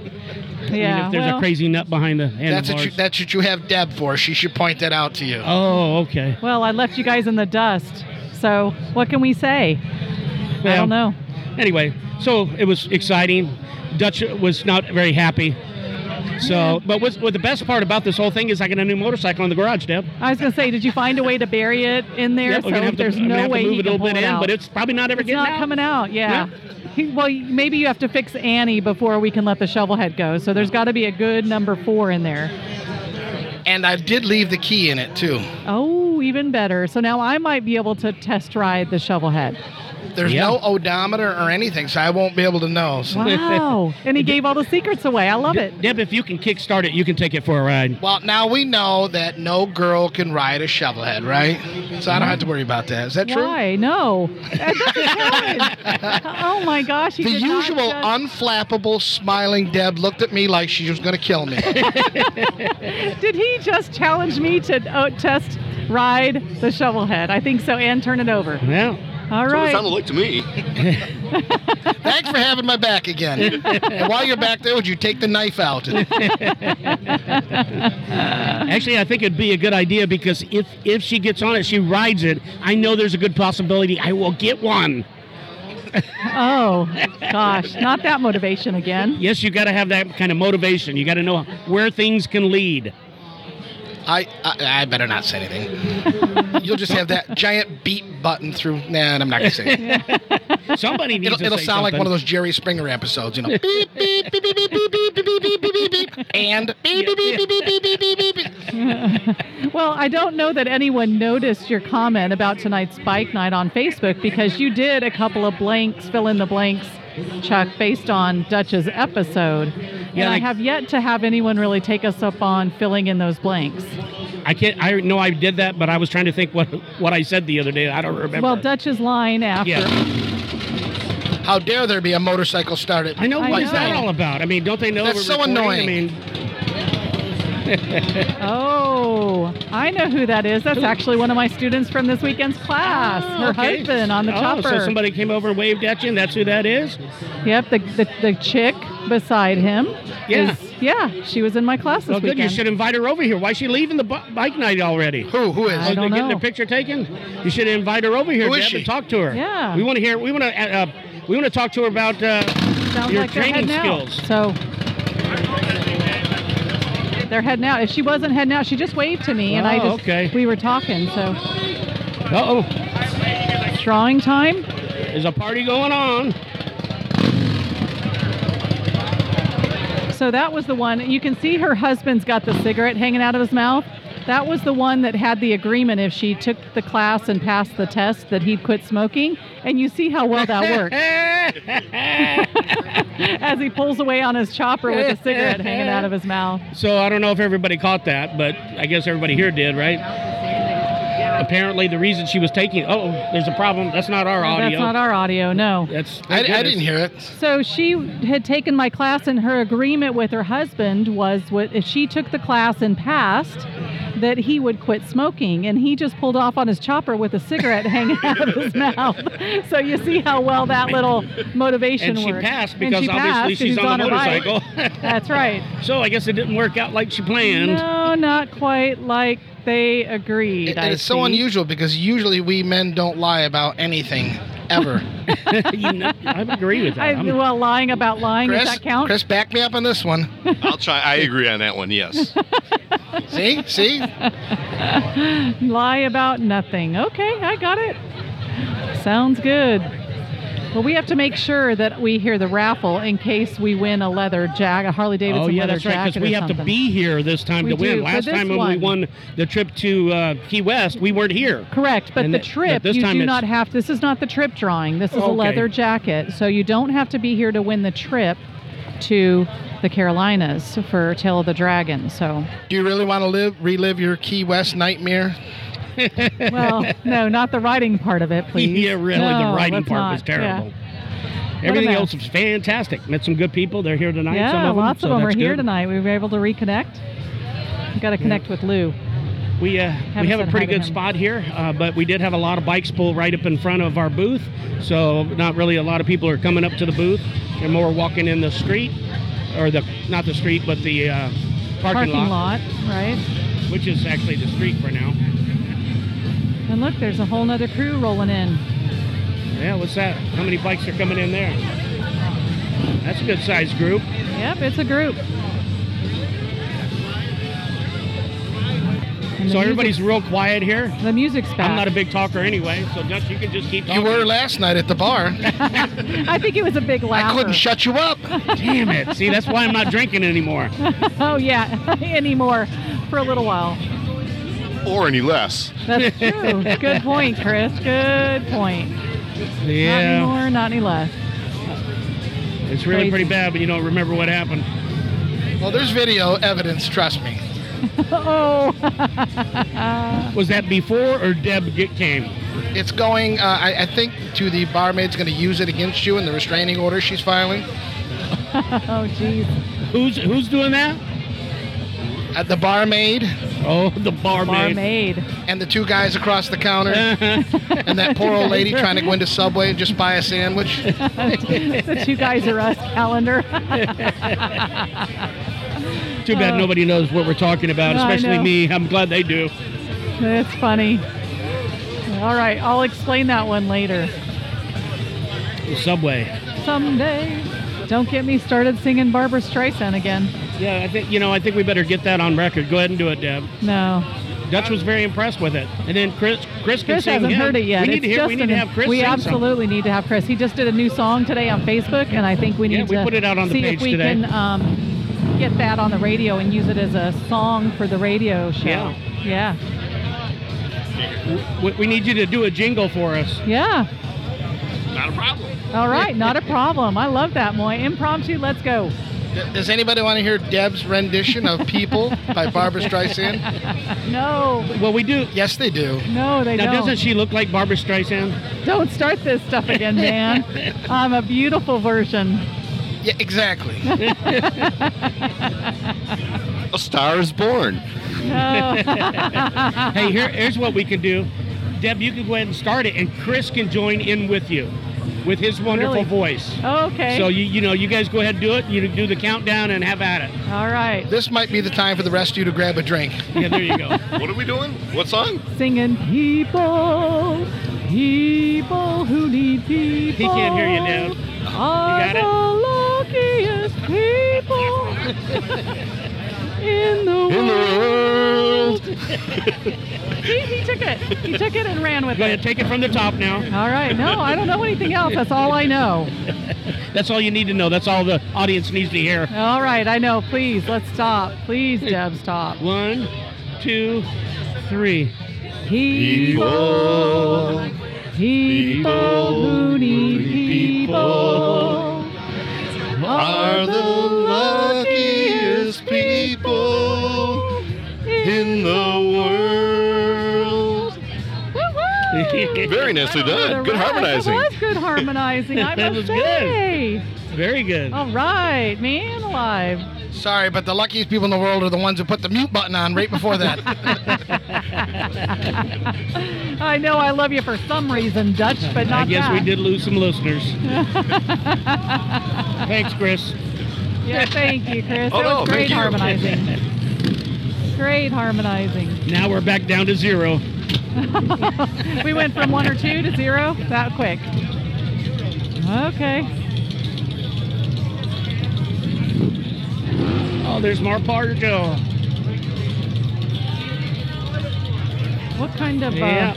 Speaker 5: mean,
Speaker 2: Yeah,
Speaker 5: if there's
Speaker 2: well,
Speaker 5: a crazy nut behind the handlebars.
Speaker 3: That's what you that's what you have Deb for. She should point that out to you.
Speaker 5: oh, okay.
Speaker 2: well, I left you guys in the dust. So what can we say? I
Speaker 5: Well,
Speaker 2: don't know.
Speaker 5: Anyway, so it was exciting. Dutch was not very happy. So, but what's, what the best part about this whole thing is I got a new motorcycle in the garage, Deb.
Speaker 2: I was gonna say, did you find a way to bury it in there?
Speaker 5: Yep,
Speaker 2: so
Speaker 5: we're gonna have to-
Speaker 2: there's
Speaker 5: I'm gonna
Speaker 2: no
Speaker 5: have to
Speaker 2: way
Speaker 5: move
Speaker 2: he
Speaker 5: it
Speaker 2: can
Speaker 5: a little
Speaker 2: pull
Speaker 5: bit
Speaker 2: it
Speaker 5: in,
Speaker 2: out.
Speaker 5: but it's probably not ever
Speaker 2: It's
Speaker 5: getting
Speaker 2: not
Speaker 5: out.
Speaker 2: coming out. Yeah. He- Well, maybe you have to fix Annie before we can let the shovel head go. So there's got to be a good number four in there.
Speaker 3: And I did leave the key in it too.
Speaker 2: Oh, even better. So now I might be able to test ride the shovel head.
Speaker 3: There's
Speaker 5: Yeah.
Speaker 3: no odometer or anything, so I won't be able to know. So.
Speaker 2: Wow. and he gave all the secrets away. I love it.
Speaker 5: Deb, if you can kickstart it, you can take it for a ride.
Speaker 3: Well, now we know that no girl can ride a shovel head, right? So I don't have to worry about that. Is that true?
Speaker 2: Why? No. That doesn't happen. oh my gosh. He
Speaker 3: The
Speaker 2: did not
Speaker 3: usual
Speaker 2: just-
Speaker 3: unflappable, smiling Deb looked at me like she was going to kill me.
Speaker 2: Did he just challenge me to uh, test ride the shovel head? I think so, and turn it over.
Speaker 5: Well,
Speaker 2: All
Speaker 6: That's what it
Speaker 2: right.
Speaker 6: sounded like to me.
Speaker 3: Thanks for having my back again. and while you're back there, would you take the knife out?
Speaker 2: Uh.
Speaker 5: actually, I think it'd be a good idea because if if she gets on it, she rides it. I know there's a good possibility I will get one.
Speaker 2: Oh gosh, not that motivation again.
Speaker 5: Yes, you got to have that kind of motivation. You got to know where things can lead.
Speaker 3: I, I I better not say anything. You'll just have that giant beat button through. Nah, I'm not going to say it.
Speaker 5: Somebody needs
Speaker 3: It'll,
Speaker 5: to
Speaker 3: it'll
Speaker 5: say
Speaker 3: sound like
Speaker 5: something.
Speaker 3: one of those Jerry Springer episodes, you know. Beep, beep, beep, beep, beep, beep, beep, beep, beep, beep, beep, beep, and beep, beep, beep, beep, beep, beep, beep, beep, beep.
Speaker 2: Well, I don't know that anyone noticed your comment about tonight's bike night on Facebook because you did a couple of blanks, fill in the blanks, Chuck, based on Dutch's episode.
Speaker 5: Yeah,
Speaker 2: and I
Speaker 5: like-
Speaker 2: have yet to have anyone really take us up on filling in those blanks.
Speaker 5: I can't. I know I did that, but I was trying to think what what I said the other day. I don't remember.
Speaker 2: Well, Dutch's line after.
Speaker 5: Yeah,
Speaker 3: How dare there be a motorcycle start at
Speaker 5: I know.
Speaker 2: I
Speaker 5: What is
Speaker 2: know.
Speaker 5: that all about? I mean, don't they know?
Speaker 3: That's
Speaker 5: we're
Speaker 3: so
Speaker 5: recording?
Speaker 3: annoying.
Speaker 5: I mean,
Speaker 2: Oh, I know who that is. That's actually one of my students from this weekend's class.
Speaker 5: oh,
Speaker 2: Her
Speaker 5: okay.
Speaker 2: husband on the
Speaker 5: oh,
Speaker 2: chopper.
Speaker 5: So somebody came over and waved at you, and that's who that is.
Speaker 2: Yep, the, the, the chick beside him.
Speaker 5: Yeah.
Speaker 2: is- yeah, she was in my class this
Speaker 5: Well, good.
Speaker 2: weekend.
Speaker 5: You should invite her over here. Why is she leaving the bu- bike night already?
Speaker 3: who? Who
Speaker 2: I
Speaker 3: is?
Speaker 2: don't
Speaker 5: Getting
Speaker 2: know.
Speaker 5: a picture taken. You should invite her over here,
Speaker 3: Who is
Speaker 5: Deb,
Speaker 3: she?
Speaker 5: and talk to her.
Speaker 2: Yeah.
Speaker 5: We want to hear. We want to. Uh, uh, we want to talk to her about. Uh,
Speaker 2: Sounds
Speaker 5: your
Speaker 2: like they're
Speaker 5: training
Speaker 2: heading
Speaker 5: skills.
Speaker 2: out. So they're heading out. If she wasn't heading out, she just waved to me, and I
Speaker 5: Oh,
Speaker 2: just
Speaker 5: okay.
Speaker 2: we were talking. So
Speaker 5: oh,
Speaker 2: drawing time.
Speaker 5: there's a party going on.
Speaker 2: So that was the one. You can see her husband's got the cigarette hanging out of his mouth. That was the one that had the agreement if she took the class and passed the test that he'd quit smoking. And you see how well that worked as he pulls away on his chopper with a cigarette hanging out of his mouth.
Speaker 5: so I don't know if everybody caught that, but I guess everybody here did, right? Apparently, the reason she was taking. Oh, there's a problem. That's not our audio.
Speaker 2: That's not our audio, no.
Speaker 5: That's.
Speaker 3: I,
Speaker 5: thank
Speaker 3: I
Speaker 5: goodness.
Speaker 3: didn't hear it.
Speaker 2: So she had taken my class, and her agreement with her husband was what if she took the class and passed, that he would quit smoking. And he just pulled off on his chopper with a cigarette hanging out of his mouth. So you see how well that little motivation
Speaker 5: And she
Speaker 2: worked.
Speaker 5: passed
Speaker 2: And
Speaker 5: because
Speaker 2: she passed
Speaker 5: obviously
Speaker 2: 'cause
Speaker 5: she's on, a
Speaker 2: her bike.
Speaker 5: motorcycle.
Speaker 2: That's right.
Speaker 5: so I guess it didn't work out like she planned.
Speaker 2: No, not quite like they agreed.
Speaker 3: It-
Speaker 2: I
Speaker 3: it's so
Speaker 2: see.
Speaker 3: unusual because usually we men don't lie about anything ever.
Speaker 5: You know, I agree with that.
Speaker 2: I,
Speaker 5: I'm-
Speaker 2: well, lying about lying,
Speaker 3: Chris,
Speaker 2: does that count?
Speaker 3: Chris, back me up on this one.
Speaker 6: I'll try. I agree on that one. Yes.
Speaker 3: See, see,
Speaker 2: Lie about nothing. Okay, I got it. Sounds good. Well, we have to make sure that we hear the raffle in case we win a leather jacket, a Harley Davidson
Speaker 5: Oh yeah,
Speaker 2: leather
Speaker 5: that's right.
Speaker 2: jacket.
Speaker 5: Because we
Speaker 2: or
Speaker 5: have to
Speaker 2: something.
Speaker 5: be here this time
Speaker 2: We
Speaker 5: to win.
Speaker 2: do, for
Speaker 5: Last
Speaker 2: this
Speaker 5: time when we
Speaker 2: one.
Speaker 5: won the trip to uh, Key West, we weren't here.
Speaker 2: Correct, but
Speaker 5: And
Speaker 2: the
Speaker 5: th- but
Speaker 2: trip
Speaker 5: this
Speaker 2: you
Speaker 5: time
Speaker 2: do
Speaker 5: it's-
Speaker 2: not have. This is not the trip drawing. This is a
Speaker 5: Okay.
Speaker 2: leather jacket, so you don't have to be here to win the trip to the Carolinas for Tale of the Dragon. So,
Speaker 3: do you really want to live relive your Key West nightmare?
Speaker 2: well, no, not the writing part of it, please.
Speaker 5: yeah, really,
Speaker 2: No,
Speaker 5: the writing
Speaker 2: let's
Speaker 5: part
Speaker 2: not.
Speaker 5: was
Speaker 2: Yeah.
Speaker 5: terrible. Everything
Speaker 2: mess.
Speaker 5: else was fantastic. Met some good people. They're here tonight.
Speaker 2: Yeah,
Speaker 5: some of them,
Speaker 2: lots
Speaker 5: so
Speaker 2: of them are
Speaker 5: that's
Speaker 2: here
Speaker 5: good.
Speaker 2: tonight. We were able to reconnect. We got to connect with Lou.
Speaker 5: We uh, we have
Speaker 2: said
Speaker 5: a
Speaker 2: hi
Speaker 5: pretty
Speaker 2: to
Speaker 5: good
Speaker 2: him.
Speaker 5: spot here, uh, but we did have a lot of bikes pull right up in front of our booth, so not really a lot of people are coming up to the booth. They're more walking in the street, or the not the street, but the uh, parking,
Speaker 2: Parking lot. right?
Speaker 5: which is actually the street for now.
Speaker 2: And look, there's a whole nother crew rolling in.
Speaker 5: Yeah, what's that? How many bikes are coming in there? That's a good sized group.
Speaker 2: Yep, it's a group.
Speaker 7: And the
Speaker 5: So everybody's
Speaker 7: music's-
Speaker 5: real quiet here.
Speaker 7: The music's fast.
Speaker 5: I'm not a big talker anyway, so Dutch, you can just keep
Speaker 4: You
Speaker 5: talking.
Speaker 4: were last night at the bar.
Speaker 2: I think it was a big laugh.
Speaker 4: I couldn't shut you up.
Speaker 5: Damn it! See, that's why I'm not drinking anymore.
Speaker 2: Oh yeah, anymore for a little while.
Speaker 6: or any less.
Speaker 2: That's true. Good point, Chris. Good point. Not
Speaker 5: Yeah,
Speaker 2: anymore, not any less.
Speaker 5: it's really pretty bad, but you don't remember what happened.
Speaker 4: Well, there's video evidence, trust me.
Speaker 2: Oh,
Speaker 5: Was that before or Deb get came?
Speaker 4: It's going, uh, I, I think, to the barmaid's going to use it against you in the restraining order she's filing.
Speaker 2: oh, geez.
Speaker 5: Who's who's doing that?
Speaker 4: At the barmaid
Speaker 5: Oh, the barmaid.
Speaker 2: Barmaid.
Speaker 4: and the two guys across the counter and that poor old lady trying to go into Subway and just buy a sandwich.
Speaker 2: the two guys are us calendar.
Speaker 5: Too bad
Speaker 2: Oh.
Speaker 5: nobody knows what we're talking about,
Speaker 2: I
Speaker 5: especially
Speaker 2: know.
Speaker 5: me. I'm glad they do.
Speaker 2: That's funny. All right, I'll explain that one later.
Speaker 5: The subway.
Speaker 2: Someday. Don't get me started singing Barbara Streisand again.
Speaker 5: Yeah, I think you know. I think we better get that on record. Go ahead and do it, Deb.
Speaker 2: No.
Speaker 5: Dutch was very impressed with it, and then Chris. Chris, can
Speaker 2: Chris
Speaker 5: sing
Speaker 2: hasn't
Speaker 5: him.
Speaker 2: heard it yet.
Speaker 5: We need
Speaker 2: It's
Speaker 5: to hear.
Speaker 2: just
Speaker 5: We need
Speaker 2: an-
Speaker 5: to have Chris.
Speaker 2: We
Speaker 5: sing something.
Speaker 2: absolutely need to have Chris. He just did a new song today on Facebook, and I think we need
Speaker 5: Yeah, we
Speaker 2: to
Speaker 5: put it out on the
Speaker 2: see
Speaker 5: page
Speaker 2: if we
Speaker 5: today.
Speaker 2: can um, get that on the radio and use it as a song for the radio show.
Speaker 5: Yeah.
Speaker 2: Yeah.
Speaker 5: We, we need you to do a jingle for us.
Speaker 2: Yeah. All right, not a problem. I love that, Moy. Impromptu, let's go.
Speaker 4: Does anybody want to hear Deb's rendition of People by Barbara Streisand?
Speaker 2: No,
Speaker 5: Well, we do.
Speaker 4: Yes, they do.
Speaker 2: no, they
Speaker 5: Now,
Speaker 2: don't.
Speaker 5: doesn't she look like Barbara Streisand?
Speaker 2: Don't start this stuff again, man. I'm a beautiful version.
Speaker 4: Yeah, exactly.
Speaker 6: A Star is Born.
Speaker 5: hey, here, here's what we can do. Deb, you can go ahead and start it, and Chris can join in with you, with his wonderful
Speaker 2: Really?
Speaker 5: voice.
Speaker 2: Okay.
Speaker 5: So you you know you guys go ahead and do it. You do the countdown and have at it.
Speaker 2: All right.
Speaker 4: This might be the time for the rest of you to grab a drink.
Speaker 5: Yeah, there you go.
Speaker 6: What are we doing? What song?
Speaker 2: Singing people, people who need people.
Speaker 5: He can't hear you, Deb.
Speaker 2: Are
Speaker 5: You
Speaker 2: the luckiest people in the world. he, he took it. He took it and ran with
Speaker 5: Go
Speaker 2: it.
Speaker 5: ahead, take it from the top now.
Speaker 2: All right. No, I don't know anything else. That's all I know.
Speaker 5: That's all you need to know. That's all the audience needs to hear.
Speaker 2: All right. I know. Please, let's stop. Please, Deb, stop.
Speaker 5: One, two, three.
Speaker 2: People, people who need people
Speaker 6: Are the luckiest people in the world. Very nicely done. Good harmonizing.
Speaker 2: That was good harmonizing. I
Speaker 5: That
Speaker 2: must
Speaker 5: was good.
Speaker 2: say.
Speaker 5: Very good.
Speaker 2: All right, man alive.
Speaker 4: Sorry, but the luckiest people in the world are the ones who put the mute button on right before that.
Speaker 2: I know I love you for some reason, Dutch, but
Speaker 5: I
Speaker 2: not
Speaker 5: guess
Speaker 2: that.
Speaker 5: we did lose some listeners. Thanks, Chris.
Speaker 2: Yeah, thank you, Chris.
Speaker 6: Oh,
Speaker 2: that was
Speaker 6: no,
Speaker 2: great
Speaker 6: thank you.
Speaker 2: harmonizing. great harmonizing.
Speaker 5: Now we're back down to zero.
Speaker 2: we went from one or two to zero that quick. Okay.
Speaker 5: Oh, there's more Pargo.
Speaker 2: What kind of uh,
Speaker 5: Yeah.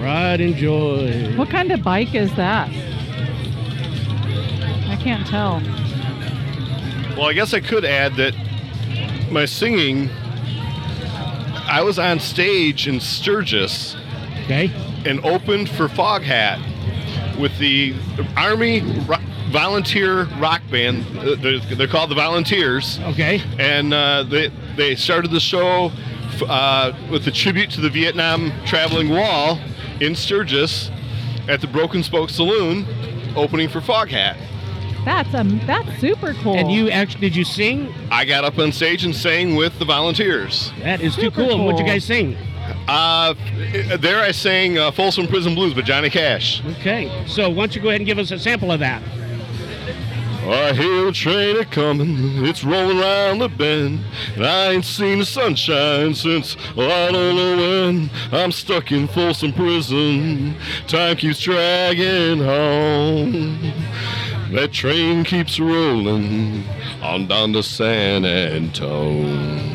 Speaker 5: Ride and joy.
Speaker 2: what kind of bike is that? I can't tell.
Speaker 6: Well, I guess I could add that my singing, I was on stage in Sturgis
Speaker 5: Okay.
Speaker 6: and opened for Fog Hat with the Army Ro- Volunteer Rock Band. Uh, They're, they're called the Volunteers.
Speaker 5: Okay.
Speaker 6: and uh, they they started the show f- uh, with a tribute to the Vietnam Traveling Wall in Sturgis at the Broken Spoke Saloon, opening for Foghat.
Speaker 2: That's um that's super cool.
Speaker 7: Oh.
Speaker 5: And you actually did you sing?
Speaker 6: I got up on stage and sang with the Volunteers.
Speaker 5: That is too
Speaker 2: Super
Speaker 5: cool. And what'd you
Speaker 2: cool.
Speaker 5: guys sing?
Speaker 6: Uh, f- there I sang uh, Folsom Prison Blues by Johnny Cash.
Speaker 5: Okay. So why don't you go ahead and give us a sample of that?
Speaker 6: I hear a train a comin', it's rollin' round the bend, and I ain't seen the sunshine since well, I don't know when. I'm stuck in Folsom Prison, time keeps dragging on. That train keeps rolling on down to San Antone.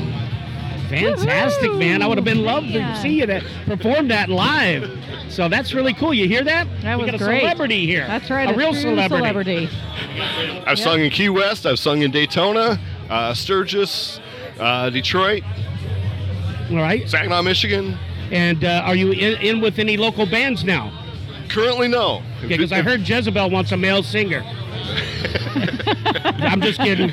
Speaker 5: Fantastic, man. I would have been loved
Speaker 2: Yeah.
Speaker 5: to see you that perform that live. So that's really cool. You hear that?
Speaker 7: That
Speaker 5: we
Speaker 7: was
Speaker 5: got a
Speaker 7: great.
Speaker 5: celebrity here.
Speaker 7: That's right.
Speaker 5: A, real
Speaker 7: true
Speaker 5: celebrity.
Speaker 7: celebrity.
Speaker 6: I've sung in Key West, I've sung in Daytona, uh, Sturgis, uh, Detroit,
Speaker 5: All right.
Speaker 6: Saginaw, Michigan.
Speaker 5: And uh, are you in, in with any local bands now?
Speaker 6: Currently, no.
Speaker 5: Because I heard Jezebel wants a male singer. I'm just kidding.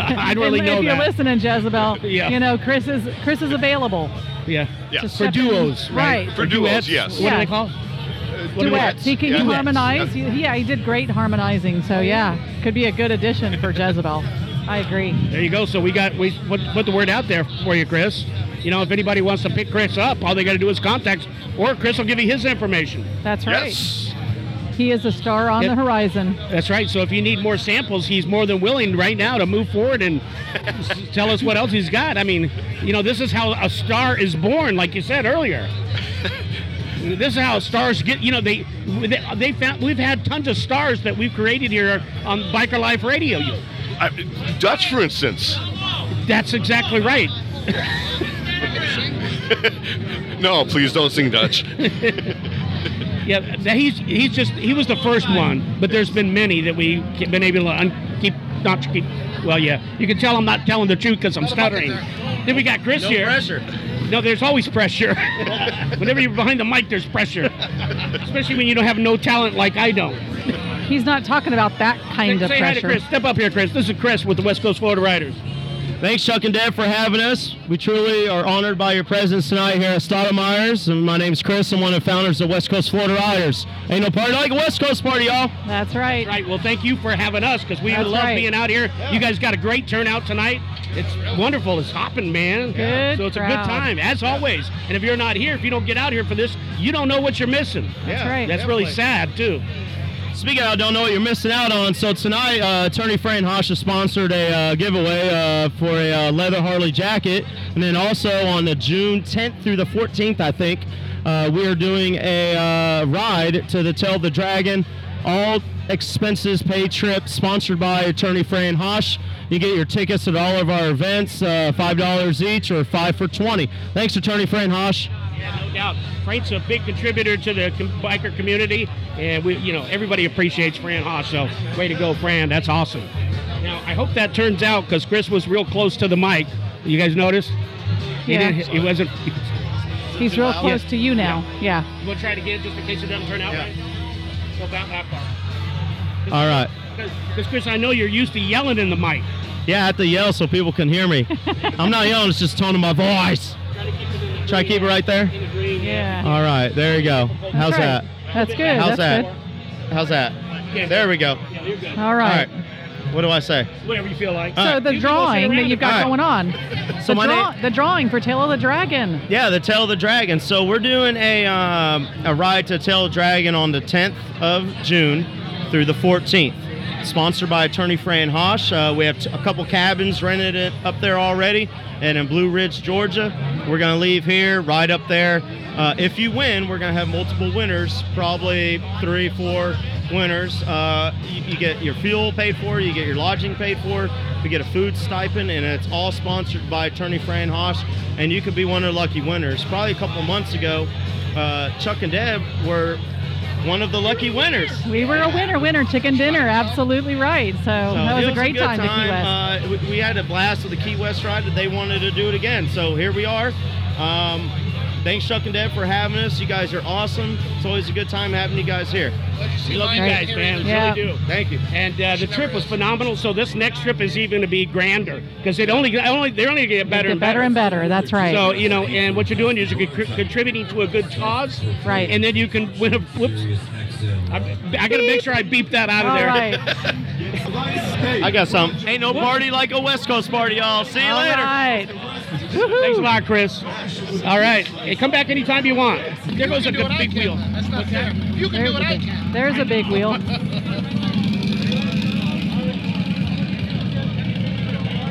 Speaker 5: I don't really
Speaker 2: if,
Speaker 5: know
Speaker 2: if
Speaker 5: that.
Speaker 2: you're listening, Jezebel,
Speaker 5: Yeah.
Speaker 2: you know Chris is Chris is available.
Speaker 5: Yeah.
Speaker 6: Yeah.
Speaker 2: Just
Speaker 5: For
Speaker 2: step in.
Speaker 5: duos, right?
Speaker 2: right?
Speaker 6: For duets, yes.
Speaker 5: What do
Speaker 2: Yeah.
Speaker 5: they call? What do they-
Speaker 2: duets. He can he
Speaker 5: Duets.
Speaker 2: harmonize. He- Yeah, he did great harmonizing. So yeah, could be a good addition for Jezebel. I agree.
Speaker 5: There you go. So we got we put, put the word out there for you, Chris. You know, if anybody wants to pick Chris up, all they got to do is contact, or Chris will give you his information.
Speaker 2: That's right.
Speaker 6: Yes.
Speaker 2: He is a star on
Speaker 5: Yep.
Speaker 2: the horizon.
Speaker 5: That's right. So if you need more samples, he's more than willing right now to move forward and s- tell us what else he's got. I mean, you know, this is how a star is born, like you said earlier. This is how stars get. You know, they they, they found we've had tons of stars that we've created here on Biker Life Radio. You-
Speaker 6: I, Dutch, for instance.
Speaker 5: That's exactly right.
Speaker 6: No, please don't sing Dutch.
Speaker 5: Yeah, that he's he's just he was the first one, but there's been many that we've been able to un- keep not to keep. Well, yeah, you can tell I'm not telling the truth because I'm stuttering. Then we got Chris here. No, there's always pressure. Whenever you're behind the mic, there's pressure, especially when you don't have no talent like I don't.
Speaker 2: He's not talking about that kind of
Speaker 5: Say hi to
Speaker 2: pressure.
Speaker 5: Chris. Step up here, Chris. This is Chris with the West Coast Florida Riders.
Speaker 8: Thanks, Chuck and Deb, for having us. We truly are honored by your presence tonight here at Stoudemire's. And my name's Chris. I'm one of the founders of West Coast Florida Riders. Ain't no party like a West Coast party, y'all.
Speaker 2: That's right.
Speaker 5: Right. Well, thank you for having us because we
Speaker 2: That's
Speaker 5: love
Speaker 2: right.
Speaker 5: being out here. You guys got a great turnout tonight. It's wonderful. It's hopping, man.
Speaker 2: Good
Speaker 5: So it's a
Speaker 2: crowd.
Speaker 5: good time, as always. And if you're not here, if you don't get out here for this, you don't know what you're missing.
Speaker 2: That's
Speaker 5: That's
Speaker 2: right.
Speaker 5: really sad too.
Speaker 8: Speaking of, I don't know what you're missing out on. So tonight, uh, attorney Fran Hosh has sponsored a uh, giveaway uh, for a uh, leather Harley jacket, and then also on the June 10th through the 14th, I think, uh, we are doing a uh, ride to the Tell the Dragon, all expenses paid trip, sponsored by attorney Fran Hosh. You get your tickets at all of our events, uh, five dollars each or five for 20. Thanks, attorney Fran Hosh.
Speaker 5: Yeah, no doubt. Frank's a big contributor to the com- biker community, and we, you know, everybody appreciates Fran Haas. So, way to go, Fran. That's awesome. Now, I hope that turns out because Chris was real close to the mic. You guys noticed? He
Speaker 2: Yeah.
Speaker 5: didn't. He wasn't.
Speaker 2: He's real close to you now. Yeah.
Speaker 5: We'll try it again just in case it doesn't turn out right. So about that far.
Speaker 8: All right.
Speaker 5: Because Chris, I know you're used to yelling in the mic.
Speaker 8: Yeah, I have to yell so people can hear me. I'm not yelling, it's just tone of my voice.
Speaker 5: Try to keep it in the
Speaker 8: Try to keep it right there.
Speaker 5: green, in the green,
Speaker 2: Yeah.
Speaker 8: All right, there you go. How's
Speaker 2: That's
Speaker 8: that?
Speaker 2: right. That's good.
Speaker 8: How's
Speaker 2: That's
Speaker 8: that? How's that? There we go.
Speaker 5: Yeah, you're good.
Speaker 2: good. All
Speaker 8: All
Speaker 2: right.
Speaker 8: right. What do I say?
Speaker 5: Whatever you feel like.
Speaker 8: All
Speaker 2: So
Speaker 8: right.
Speaker 2: the
Speaker 5: You can go sit
Speaker 2: drawing that
Speaker 5: around
Speaker 2: you've got
Speaker 8: if-
Speaker 2: going on.
Speaker 8: So
Speaker 2: the,
Speaker 8: my
Speaker 2: draw-
Speaker 8: name-
Speaker 2: the drawing for Tale of the Dragon.
Speaker 8: Yeah, the Tail of the Dragon. So we're doing a um, a ride to Tail of Dragon on the 10th of June through the 14th. Sponsored by attorney Fran Hosh. Uh, we have t- a couple cabins rented it up there already, and in Blue Ridge, Georgia. We're gonna leave here, ride up there. Uh, if you win, we're gonna have multiple winners, probably three, four winners. Uh, you, you get your fuel paid for, you get your lodging paid for, you get a food stipend, and it's all sponsored by attorney Fran Hosh. And you could be one of the lucky winners. Probably a couple months ago, uh, Chuck and Deb were one of the lucky winners.
Speaker 2: We were a winner, winner, chicken dinner. Absolutely right. So, that was,
Speaker 8: it
Speaker 2: a great
Speaker 8: good
Speaker 2: time, to Key West.
Speaker 8: Uh, we, we had a blast with the Key West ride, but they wanted to do it again. So here we are. Um, thanks, Chuck and Deb, for having us. You guys are awesome. It's always a good time having you guys here.
Speaker 5: We love you guys, man. We
Speaker 2: Yeah.
Speaker 5: Really do.
Speaker 8: Thank you.
Speaker 5: And uh, the trip was phenomenal. So this next trip is even to be grander because it only, only they're only going to get better
Speaker 2: Get better and better. That's right.
Speaker 5: So you know, and what you're doing is you're contri- contributing to a good cause,
Speaker 2: Right.
Speaker 5: And then you can win a. Whoops! I, I gotta make sure I beep that out of
Speaker 2: All
Speaker 5: there.
Speaker 2: right.
Speaker 8: I got some. Ain't no party like a West Coast party, y'all. See you
Speaker 2: All
Speaker 8: later.
Speaker 2: right.
Speaker 5: Thanks a lot, Chris. All right, hey, come back anytime you want. There goes a good big wheel.
Speaker 3: That's not fair. You can
Speaker 2: There's
Speaker 3: do what
Speaker 2: a
Speaker 3: I
Speaker 2: big,
Speaker 3: can.
Speaker 2: there's a big wheel.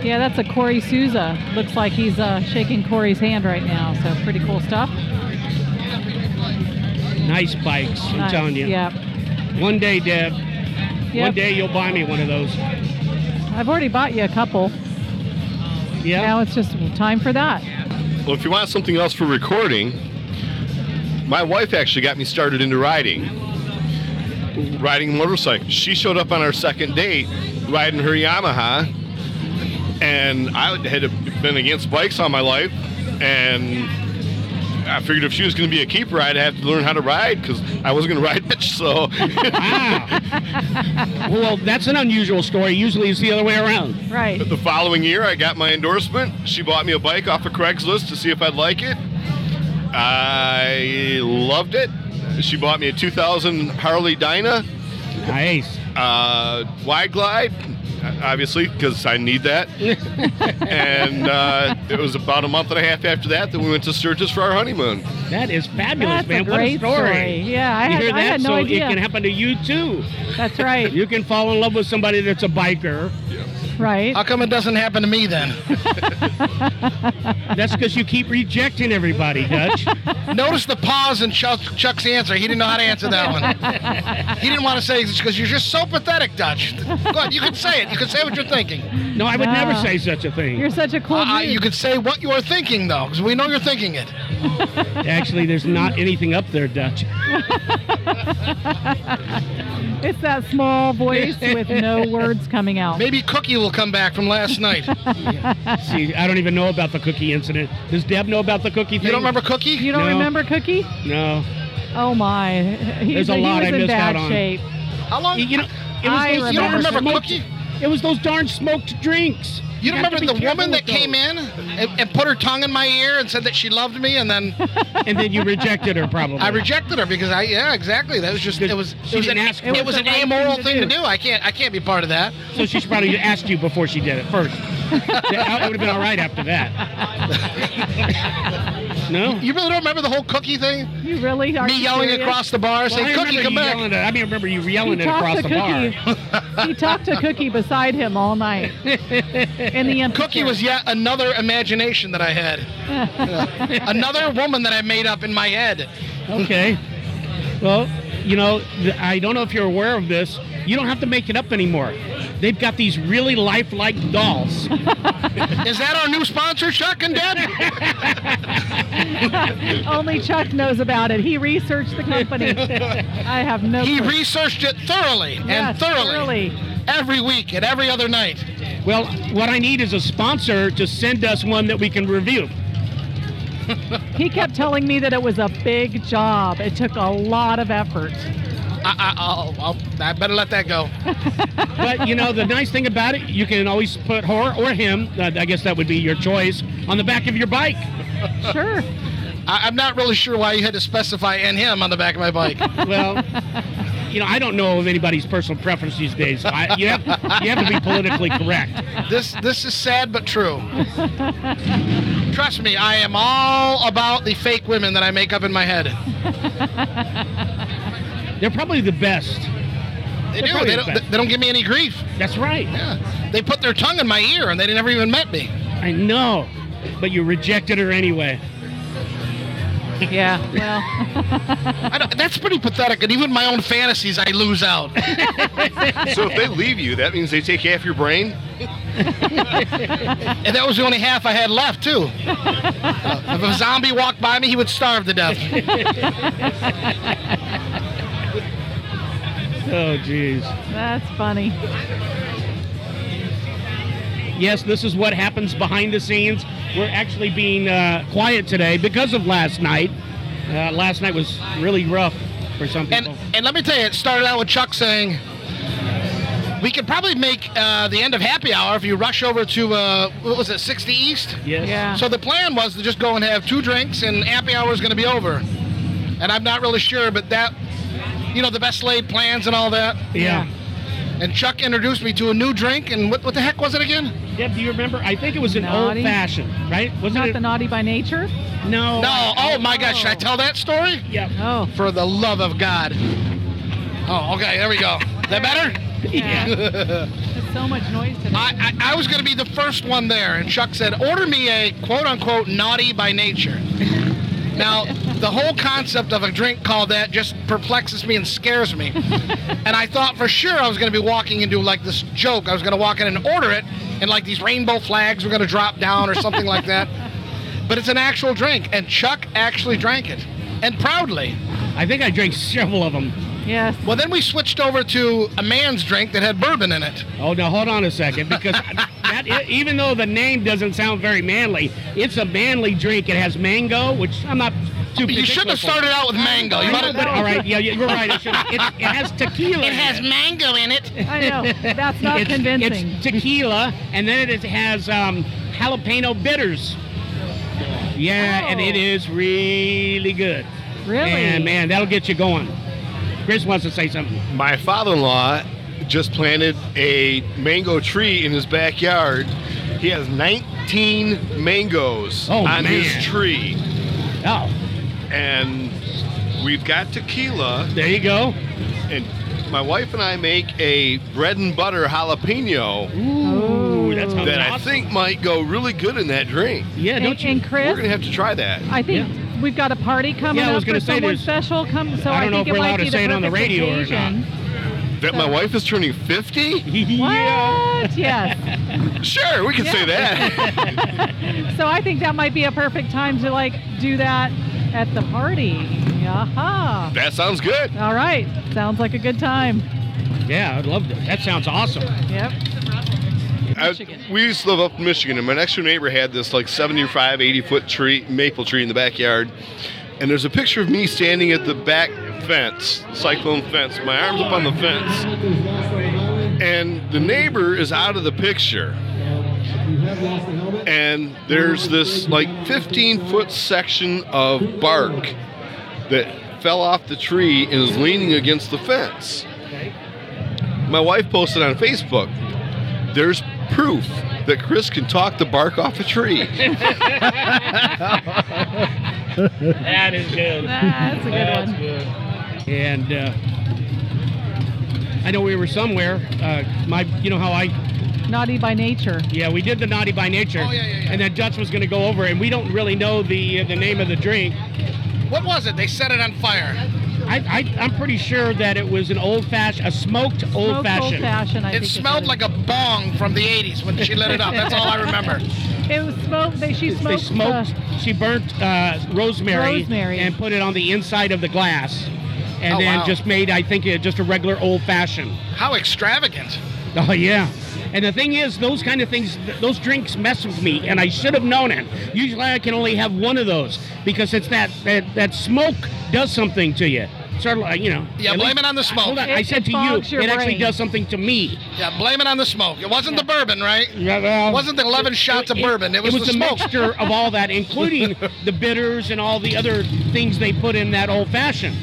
Speaker 2: Yeah, that's a Corey Souza. Looks like he's uh, shaking Corey's hand right now. So pretty cool stuff.
Speaker 5: Nice bikes, I'm
Speaker 2: Nice.
Speaker 5: telling you.
Speaker 2: Yep.
Speaker 5: One day, Deb, one
Speaker 2: Yep.
Speaker 5: day you'll buy me one of those.
Speaker 2: I've already bought you a couple.
Speaker 5: Yeah.
Speaker 2: Now it's just time for that.
Speaker 6: Well, if you want something else for recording, my wife actually got me started into riding, riding motorcycles. She showed up on our second date riding her Yamaha, and I had been against bikes all my life, and I figured if she was going to be a keeper, I'd have to learn how to ride because I wasn't going to ride much. So,
Speaker 5: Wow. well, that's an unusual story. Usually it's the other way around.
Speaker 2: Right.
Speaker 6: the following year, I got my endorsement. She bought me a bike off of Craigslist to see if I'd like it. I loved it. She bought me a 2000 Harley Dyna
Speaker 5: Nice.
Speaker 6: uh, wide glide, obviously, because I need that. and uh, it was about a month and a half after that that we went to Sturgis for our honeymoon.
Speaker 5: That is fabulous,
Speaker 2: That's
Speaker 5: man.
Speaker 2: a great
Speaker 5: what a story.
Speaker 2: story. Yeah, I
Speaker 5: you
Speaker 2: had-
Speaker 5: hear
Speaker 2: I
Speaker 5: that?
Speaker 2: had no
Speaker 5: so
Speaker 2: idea.
Speaker 5: it can happen to you too.
Speaker 2: That's right.
Speaker 5: You can fall in love with somebody that's a biker.
Speaker 2: right.
Speaker 5: Uh,
Speaker 3: How come it doesn't happen to me then?
Speaker 5: That's because you keep rejecting everybody, Dutch.
Speaker 3: Notice the pause in Chuck, Chuck's answer. He didn't know how to answer that one. He didn't want to say because you're just so pathetic, Dutch. Go ahead, you can say it. You can say what you're thinking.
Speaker 5: No, I would never
Speaker 2: Wow.
Speaker 5: say such a thing.
Speaker 2: You're such a
Speaker 5: Oh,
Speaker 2: cool
Speaker 3: Uh,
Speaker 2: dude.
Speaker 3: you can say what you are thinking though, because we know you're thinking it.
Speaker 5: Actually, there's not anything up there, Dutch.
Speaker 2: It's that small voice with no words coming out.
Speaker 3: Maybe Cookie will come back from last night. You
Speaker 5: See, I don't even know about the cookie incident. Does Deb know about the cookie thing?
Speaker 3: don't remember Cookie?
Speaker 2: You don't
Speaker 5: No.
Speaker 2: remember Cookie?
Speaker 5: No.
Speaker 2: Oh my. He,
Speaker 5: There's a
Speaker 2: he
Speaker 5: lot
Speaker 2: was
Speaker 5: I
Speaker 2: in
Speaker 5: missed
Speaker 2: bad
Speaker 5: out on.
Speaker 2: shape.
Speaker 3: How long?
Speaker 5: You, you know, it was
Speaker 2: I
Speaker 5: those
Speaker 3: you don't
Speaker 5: darn
Speaker 3: remember
Speaker 5: smoked-
Speaker 3: Cookie?
Speaker 5: It was those darn smoked drinks.
Speaker 3: You don't
Speaker 5: have to
Speaker 3: remember
Speaker 5: be
Speaker 3: the
Speaker 5: careful
Speaker 3: woman
Speaker 5: with
Speaker 3: that came
Speaker 5: those.
Speaker 3: in and, and put her tongue in my ear and said that she loved me, and then
Speaker 5: and then you rejected her, probably.
Speaker 3: I rejected her because I yeah exactly that was just it was
Speaker 5: She
Speaker 3: it was an,
Speaker 5: didn't ask
Speaker 3: it
Speaker 5: for
Speaker 3: was
Speaker 5: it.
Speaker 3: an
Speaker 5: It's the right
Speaker 3: amoral
Speaker 5: thing to
Speaker 3: thing to
Speaker 5: do.
Speaker 3: do. I can't I can't be part of that.
Speaker 5: So she should probably asked you before she did it first. that would have been all right after that. no.
Speaker 3: You really don't remember the whole Cookie thing?
Speaker 2: You really are.
Speaker 3: Me yelling
Speaker 2: serious?
Speaker 3: across the bar
Speaker 5: Well, I
Speaker 3: saying Cookie
Speaker 5: remember
Speaker 3: come
Speaker 5: you
Speaker 3: back.
Speaker 5: yelling at- I mean, I remember you yelling
Speaker 2: He
Speaker 5: it across
Speaker 2: talked
Speaker 5: the
Speaker 2: to
Speaker 5: bar.
Speaker 2: Cookie. he talked to Cookie beside him all night. In the
Speaker 3: Cookie was yet another imagination that I had. another woman that I made up in my head.
Speaker 5: Okay. Well, you know, th- I don't know if you're aware of this. You don't have to make it up anymore. They've got these really lifelike dolls.
Speaker 3: Is that our new sponsor, Chuck and Deb?
Speaker 2: Only Chuck knows about it. He researched the company. I have no.
Speaker 3: He
Speaker 2: clue.
Speaker 3: researched it thoroughly and
Speaker 2: Yes,
Speaker 3: thoroughly,
Speaker 2: thoroughly.
Speaker 3: every week and every other night.
Speaker 5: well, what I need is a sponsor to send us one that we can review.
Speaker 2: He kept telling me that it was a big job. It took a lot of effort.
Speaker 3: I, I, will I'll, I better let that go.
Speaker 5: But you know, the nice thing about it, you can always put her or him. uh, I guess that would be your choice on the back of your bike.
Speaker 2: Sure.
Speaker 3: I, I'm not really sure why you had to specify and him on the back of my bike.
Speaker 5: Well, you know, I don't know of anybody's personal preference these days. I, you have you have to be politically correct.
Speaker 3: this this is sad but true. Trust me, I am all about the fake women that I make up in my head.
Speaker 5: They're probably the best.
Speaker 3: They
Speaker 5: They're
Speaker 3: do.
Speaker 5: probably
Speaker 3: They
Speaker 5: the
Speaker 3: don't,
Speaker 5: best.
Speaker 3: they don't give me any grief.
Speaker 5: That's right.
Speaker 3: Yeah. They put their tongue in my ear and they never even met me.
Speaker 5: I know, but you rejected her anyway.
Speaker 2: Yeah. Well,
Speaker 3: I don't- that's pretty pathetic. And even my own fantasies, I lose out.
Speaker 6: so if they leave you, that means they take half your brain?
Speaker 3: And that was the only half I had left, too. Uh, if a zombie walked by me, he would starve to death.
Speaker 5: Oh, jeez.
Speaker 2: that's funny.
Speaker 5: Yes, this is what happens behind the scenes. We're actually being uh, quiet today because of last night. Uh, last night was really rough for some
Speaker 3: And
Speaker 5: people.
Speaker 3: and let me tell you, it started out with Chuck saying, "We could probably make uh, the end of happy hour if you rush over to uh, what was it, 60 East."
Speaker 5: yes.
Speaker 2: Yeah.
Speaker 3: So the plan was to just go and have two drinks, and happy hour is going to be over. And I'm not really sure, but that, you know, the best laid plans and all that.
Speaker 5: Yeah.
Speaker 3: And Chuck introduced me to a new drink, and what, what the heck was it again?
Speaker 5: Deb, do you remember? I think it was an
Speaker 2: Naughty.
Speaker 5: old fashioned, right? Wasn't
Speaker 2: Not
Speaker 5: it?
Speaker 2: the naughty by nature.
Speaker 5: no.
Speaker 3: No, oh my God, should I tell that story?
Speaker 5: Yeah.
Speaker 2: Oh.
Speaker 3: For the love of God. Oh, okay, there we go. That better?
Speaker 2: Yeah. it's so much noise today.
Speaker 3: I, I, I was going to be the first one there, and Chuck said, "Order me a quote unquote naughty by nature." now, the whole concept of a drink called that just perplexes me and scares me. and I thought for sure I was going to be walking into like this joke. I was going to walk in and order it, and like these rainbow flags were going to drop down or something like that. But it's an actual drink, and Chuck actually drank it, and proudly.
Speaker 5: I think I drank several of them.
Speaker 2: yes.
Speaker 3: Well, then we switched over to a man's drink that had bourbon in it.
Speaker 5: Oh, now hold on a second, because that, e- even though the name doesn't sound very manly, it's a manly drink. It has mango, which I'm not too.
Speaker 3: You shouldn't have
Speaker 5: particular
Speaker 3: started out with mango. You
Speaker 5: for.
Speaker 3: might
Speaker 5: No,
Speaker 3: have,
Speaker 5: but all right, yeah, yeah, you're right. It, should, it, it has tequila.
Speaker 3: It
Speaker 5: in
Speaker 3: has mango in it.
Speaker 2: I know. That's not
Speaker 5: it's,
Speaker 2: convincing.
Speaker 5: It's tequila, and then it is- has um, jalapeno bitters. Yeah, and it
Speaker 2: Oh.
Speaker 5: is really good.
Speaker 2: really?
Speaker 5: And man, that'll get you going. Chris wants to say something.
Speaker 6: My father-in-law just planted a mango tree in his backyard. He has 19 mangoes
Speaker 5: Oh,
Speaker 6: on
Speaker 5: man.
Speaker 6: his tree,
Speaker 5: Oh,
Speaker 6: and we've got tequila.
Speaker 5: there you go.
Speaker 6: And my wife and I make a bread and butter jalapeno
Speaker 2: Oh.
Speaker 5: Ooh, that sounds
Speaker 6: that I
Speaker 5: awesome.
Speaker 6: think might go really good in that drink.
Speaker 5: Yeah,
Speaker 2: and,
Speaker 5: don't you?
Speaker 2: and
Speaker 6: We're
Speaker 2: Chris,
Speaker 6: gonna have to try that.
Speaker 2: I think we've got a party coming
Speaker 5: Yeah, I was
Speaker 2: up
Speaker 5: gonna
Speaker 2: for
Speaker 5: say
Speaker 2: someone
Speaker 5: there's-
Speaker 2: special. Come, so
Speaker 5: I
Speaker 2: I,
Speaker 5: don't know
Speaker 2: think
Speaker 5: if
Speaker 2: it
Speaker 5: we're allowed
Speaker 2: might
Speaker 5: to
Speaker 2: be
Speaker 5: say it
Speaker 2: the
Speaker 5: on the
Speaker 2: perfect
Speaker 5: radio or
Speaker 2: occasion.
Speaker 6: That my wife is turning 50?
Speaker 5: yeah.
Speaker 2: What? Yes.
Speaker 6: Sure, we can say that.
Speaker 2: so I think that might be a perfect time to like do that at the party. Aha.
Speaker 6: that sounds good.
Speaker 2: All right. Sounds like a good time.
Speaker 5: Yeah, I'd love that. That sounds awesome.
Speaker 2: Yep.
Speaker 6: I-
Speaker 2: Michigan.
Speaker 6: we used to live up in Michigan, and my next door neighbor had this like 75, 80 foot tree, maple tree in the backyard. And there's a picture of me standing at the back fence, cyclone fence, my arms up on the fence. And the neighbor is out of the picture. And there's this like 15 foot section of bark that fell off the tree and is leaning against the fence. My wife posted on Facebook there's proof that Chris can talk the bark off a tree.
Speaker 5: That is good.
Speaker 2: That's a good one.
Speaker 5: And uh, I know we were somewhere. Uh, my, you know how I
Speaker 2: Naughty by nature.
Speaker 5: Yeah, we did the naughty by nature.
Speaker 3: Oh, yeah, yeah, yeah.
Speaker 5: And then Dutch was going to go over, and we don't really know the uh, the name of the drink.
Speaker 3: What was it? They set it on fire.
Speaker 5: I, I I'm pretty sure that it was an old fashioned, a smoked old
Speaker 2: Old
Speaker 5: fashioned.
Speaker 2: fashioned. I
Speaker 3: It
Speaker 2: think is
Speaker 3: smelled
Speaker 2: what
Speaker 3: like a bong from the 80s when she lit it up. That's all I remember.
Speaker 2: It was smoked. They, she smoked.
Speaker 5: They
Speaker 2: uh,
Speaker 5: smoked. she burnt uh, rosemary,
Speaker 2: Rosemary.
Speaker 5: and put it on the inside of the glass, and
Speaker 3: Oh,
Speaker 5: then
Speaker 3: wow.
Speaker 5: just made I think uh, just a regular old fashioned.
Speaker 3: How extravagant.
Speaker 5: Oh yeah. And the thing is, those kind of things, th- those drinks mess with me, and I should have known it. Usually, I can only have one of those because it's that that, that smoke does something to you. Sort of like you know.
Speaker 3: Yeah,
Speaker 5: at
Speaker 3: blame
Speaker 5: least-
Speaker 3: it on the smoke.
Speaker 5: Hold on,
Speaker 2: It-
Speaker 5: I said
Speaker 2: it
Speaker 5: to you, it
Speaker 2: fogs your
Speaker 5: actually
Speaker 2: brain.
Speaker 5: does something to me.
Speaker 3: Yeah, blame it on the smoke. It wasn't the bourbon, right?
Speaker 5: Yeah, well,
Speaker 3: It wasn't the 11 shots of bourbon. It was,
Speaker 5: a
Speaker 3: the smoke.
Speaker 5: mixture of all that, including the bitters and all the other things they put in that old fashioned.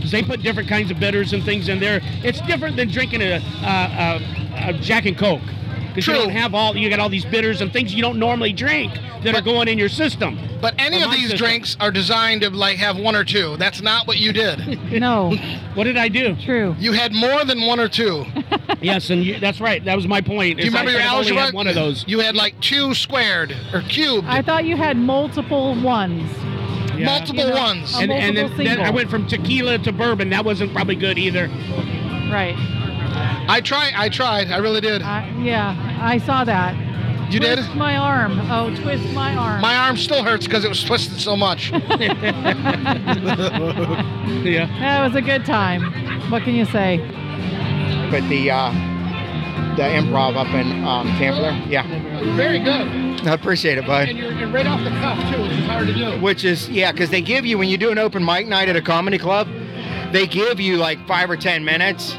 Speaker 5: 'Cause They put different kinds of bitters and things in there. It's different than drinking a, a, a, a Jack and Coke. Because you
Speaker 3: True.
Speaker 5: don't have all, you got all these bitters and things you don't normally drink that are
Speaker 3: But-
Speaker 5: going in your system.
Speaker 3: But any
Speaker 5: Or
Speaker 3: of
Speaker 5: my
Speaker 3: these
Speaker 5: system.
Speaker 3: drinks are designed to like have one or two. That's not what you did.
Speaker 2: No,
Speaker 5: What did I do?
Speaker 2: true.
Speaker 3: You had more than one or two.
Speaker 5: yes, and you, that's right. That was my point.
Speaker 3: Do you
Speaker 5: is I
Speaker 3: remember your
Speaker 5: should have only
Speaker 3: algebra?
Speaker 5: had one of those.
Speaker 3: You had like two squared or cubed,
Speaker 2: I thought you had multiple ones.
Speaker 5: Yeah.
Speaker 3: multiple
Speaker 2: You know,
Speaker 3: ones.
Speaker 2: a
Speaker 5: And, and then,
Speaker 2: multiple
Speaker 5: then I
Speaker 2: single.
Speaker 5: went from tequila to bourbon. That wasn't probably good either.
Speaker 2: Right.
Speaker 3: I tried. I tried. I really did.
Speaker 2: I, yeah, I saw that.
Speaker 3: You did?
Speaker 2: Twist my arm. Oh, twist my arm.
Speaker 3: My arm still hurts because it was twisted so much.
Speaker 5: Yeah.
Speaker 2: that was a good time. What can you say?
Speaker 9: But the uh, the improv up in um, Tampler, yeah,
Speaker 3: Very good.
Speaker 9: I appreciate it, bud.
Speaker 3: And you're and right off the cuff too, which is hard to do.
Speaker 9: Which is yeah, because they give you when you do an open mic night at a comedy club, they give you like five or ten minutes,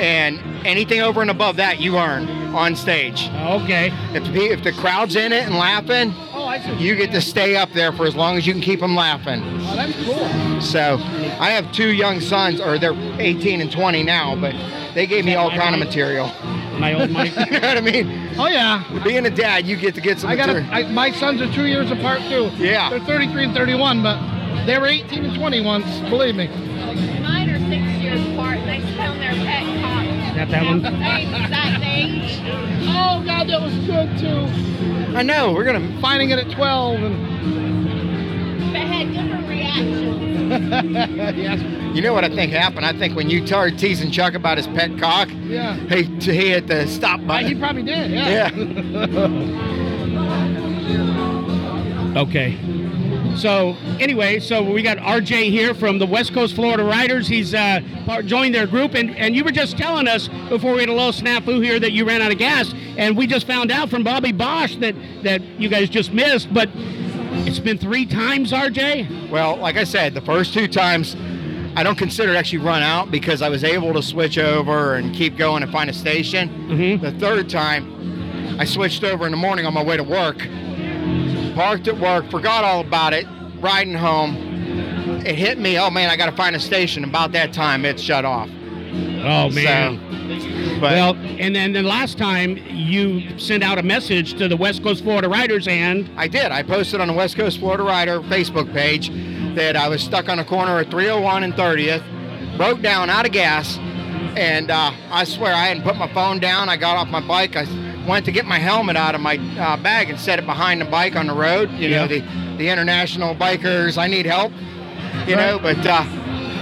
Speaker 9: and anything over and above that you earn on stage.
Speaker 5: Okay.
Speaker 9: If the, if the crowd's in it and laughing,
Speaker 5: Oh, I see.
Speaker 9: you get to stay up there for as long as you can keep them laughing.
Speaker 3: Oh, that's cool.
Speaker 9: So I have two young sons, or they're 18 and 20 now, but they gave me all kind of material.
Speaker 5: My old mic.
Speaker 9: you know what I mean?
Speaker 3: Oh yeah.
Speaker 9: Being a dad, you get to get some
Speaker 3: I got a,
Speaker 9: material.
Speaker 3: I, my sons are two years apart too.
Speaker 9: Yeah.
Speaker 3: They're 33 and 31, but they were 18 and 20 once. Believe me.
Speaker 10: Mine are six years apart. They found their pet cock.
Speaker 5: Not that one.
Speaker 10: Oh God, that was good too.
Speaker 9: I know. We're gonna finding it at twelve. And
Speaker 10: But had different reactions.
Speaker 9: you know what I think happened? I think when you started teasing Chuck about his pet cock,
Speaker 3: Yeah.
Speaker 9: he he hit the stop
Speaker 3: Uh, he
Speaker 9: button.
Speaker 3: probably did.
Speaker 9: Yeah.
Speaker 3: Yeah.
Speaker 5: Okay. So anyway, so we got RJ here from the West Coast Florida Riders. He's uh, part, joined their group, and, and you were just telling us before we had a little snafu here that you ran out of gas, and we just found out from Bobby Bosch that that you guys just missed. But it's been three times, RJ.
Speaker 9: Well, like I said, the first two times, I don't consider it actually run out because I was able to switch over and keep going and find a station.
Speaker 5: Mhm.
Speaker 9: The third time, I switched over in the morning on my way to work. Parked at work, forgot all about it, riding home. It hit me, oh man, I gotta find a station. About that time, it shut off.
Speaker 5: Oh
Speaker 9: So, but
Speaker 5: well, and then the last time you sent out a message to the West Coast Florida Riders, and
Speaker 9: I did. I posted on the West Coast Florida Rider Facebook page that I was stuck on a corner at 301 and 30th, broke down out of gas, and uh, I swear I hadn't put my phone down. I got off my bike. I went to get my helmet out of my uh, bag and set it behind the bike on the road. You
Speaker 5: Yeah.
Speaker 9: know, the, the international bikers, I need help, you know, but uh,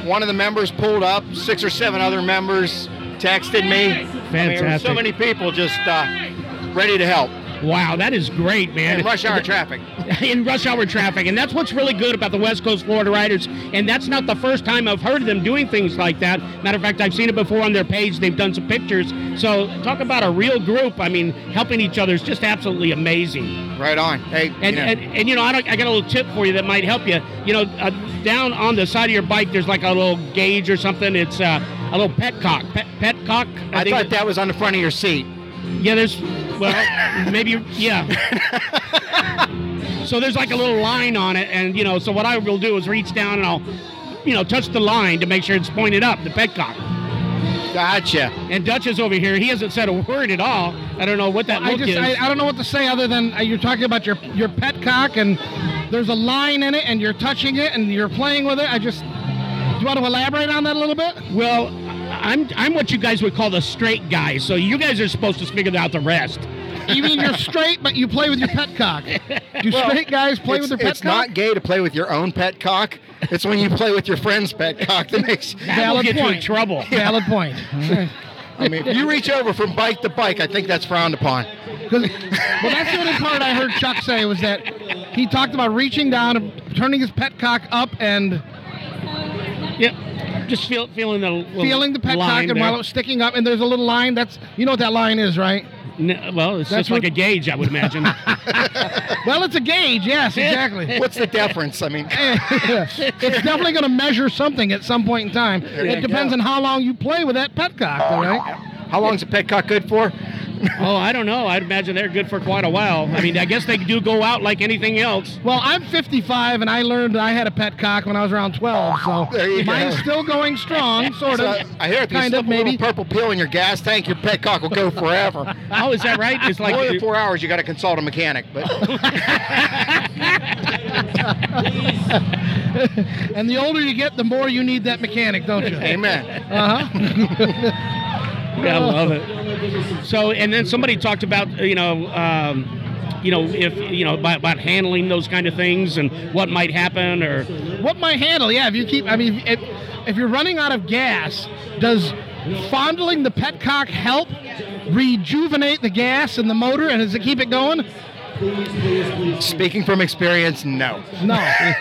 Speaker 9: one of the members pulled up, six or seven other members texted me. I mean, there were so
Speaker 5: Fantastic.
Speaker 9: many people just uh, ready to help
Speaker 5: wow, that is great, man.
Speaker 9: in rush hour traffic.
Speaker 5: in rush hour traffic. And that's what's really good about the West Coast Florida Riders. And that's not the first time I've heard of them doing things like that. Matter of fact, I've seen it before on their page. They've done some pictures. So talk about a real group. I mean, helping each other is just absolutely amazing.
Speaker 9: Right on. Hey,
Speaker 5: And,
Speaker 9: you know,
Speaker 5: and, and you know, I, don't, I got a little tip for you that might help you. You know, uh, down on the side of your bike, there's like a little gauge or something. It's uh, a little pet cock. Pet, pet cock.
Speaker 9: I,
Speaker 5: think-
Speaker 9: thought that was on the front of your seat.
Speaker 5: Yeah, there's well, maybe yeah. so there's like a little line on it, and you know, so what I will do is reach down and I'll, you know, touch the line to make sure it's pointed up, the petcock.
Speaker 9: Gotcha.
Speaker 5: And Dutch is over here. He hasn't said a word at all. I don't know what that
Speaker 3: I
Speaker 5: look
Speaker 3: just
Speaker 5: is.
Speaker 3: I, I don't know what to say other than uh, you're talking about your your pet cock and there's a line in it and you're touching it and you're playing with it. I just do you want to elaborate on that a little bit?
Speaker 5: well, I'm I'm what you guys would call the straight guy. So you guys are supposed to figure out the rest.
Speaker 3: You mean you're straight but you play with your pet cock? Do straight guys play
Speaker 9: it's
Speaker 3: with their pet
Speaker 9: it's
Speaker 3: cock?
Speaker 9: not gay to play with your own pet cock. It's when you play with your friend's pet cock that makes.
Speaker 5: That will
Speaker 3: Valid
Speaker 5: get you in
Speaker 3: point.
Speaker 5: trouble.
Speaker 3: Valid point.
Speaker 9: I mean, if you reach over from bike to bike, I think that's frowned upon.
Speaker 3: 'Cause- well, that's the only part I heard Chuck say was that he talked about reaching down, and turning his pet cock up, and
Speaker 5: Yeah. Just feel, feeling the little
Speaker 3: feeling the pet cock,
Speaker 5: line
Speaker 3: and
Speaker 5: there.
Speaker 3: while it was sticking up, and there's a little line. That's you know what that line is, right?
Speaker 5: N- well, it's
Speaker 3: That's
Speaker 5: just like
Speaker 3: what-
Speaker 5: a gauge, I would imagine.
Speaker 3: Well, it's a gauge. Yes, exactly.
Speaker 9: What's the deference? I mean,
Speaker 3: it's definitely going to measure something at some point in time.
Speaker 5: you
Speaker 3: It depends on how long you play with that pet cock, all right?
Speaker 9: how long's a pet cock good for?
Speaker 5: Oh, I don't know. I'd imagine they're good for quite a while. I mean, I guess they do go out like anything else.
Speaker 3: Well, I'm 55 and I learned I had a pet cock when I was around 12, so
Speaker 9: There you go.
Speaker 3: mine's still going strong, sort
Speaker 9: So,
Speaker 3: of.
Speaker 9: I hear if you
Speaker 3: kind
Speaker 9: slip
Speaker 3: of, maybe.
Speaker 9: a little purple pill in your gas tank, your pet cock will go forever.
Speaker 5: Oh, is that right? It's like
Speaker 9: More than four hours, you got to consult a mechanic. But
Speaker 3: And the older you get, the more you need that mechanic, don't you?
Speaker 9: amen.
Speaker 3: Uh huh.
Speaker 5: Yeah, I love it. So, and then somebody talked about you know, um, you know, if you know about, about handling those kind of things and what might happen, or
Speaker 3: What might handle? Yeah, if you keep, I mean, if, if you're running out of gas, does fondling the pet cock help rejuvenate the gas in the motor and does it keep it going?
Speaker 9: Speaking from experience, no.
Speaker 3: No.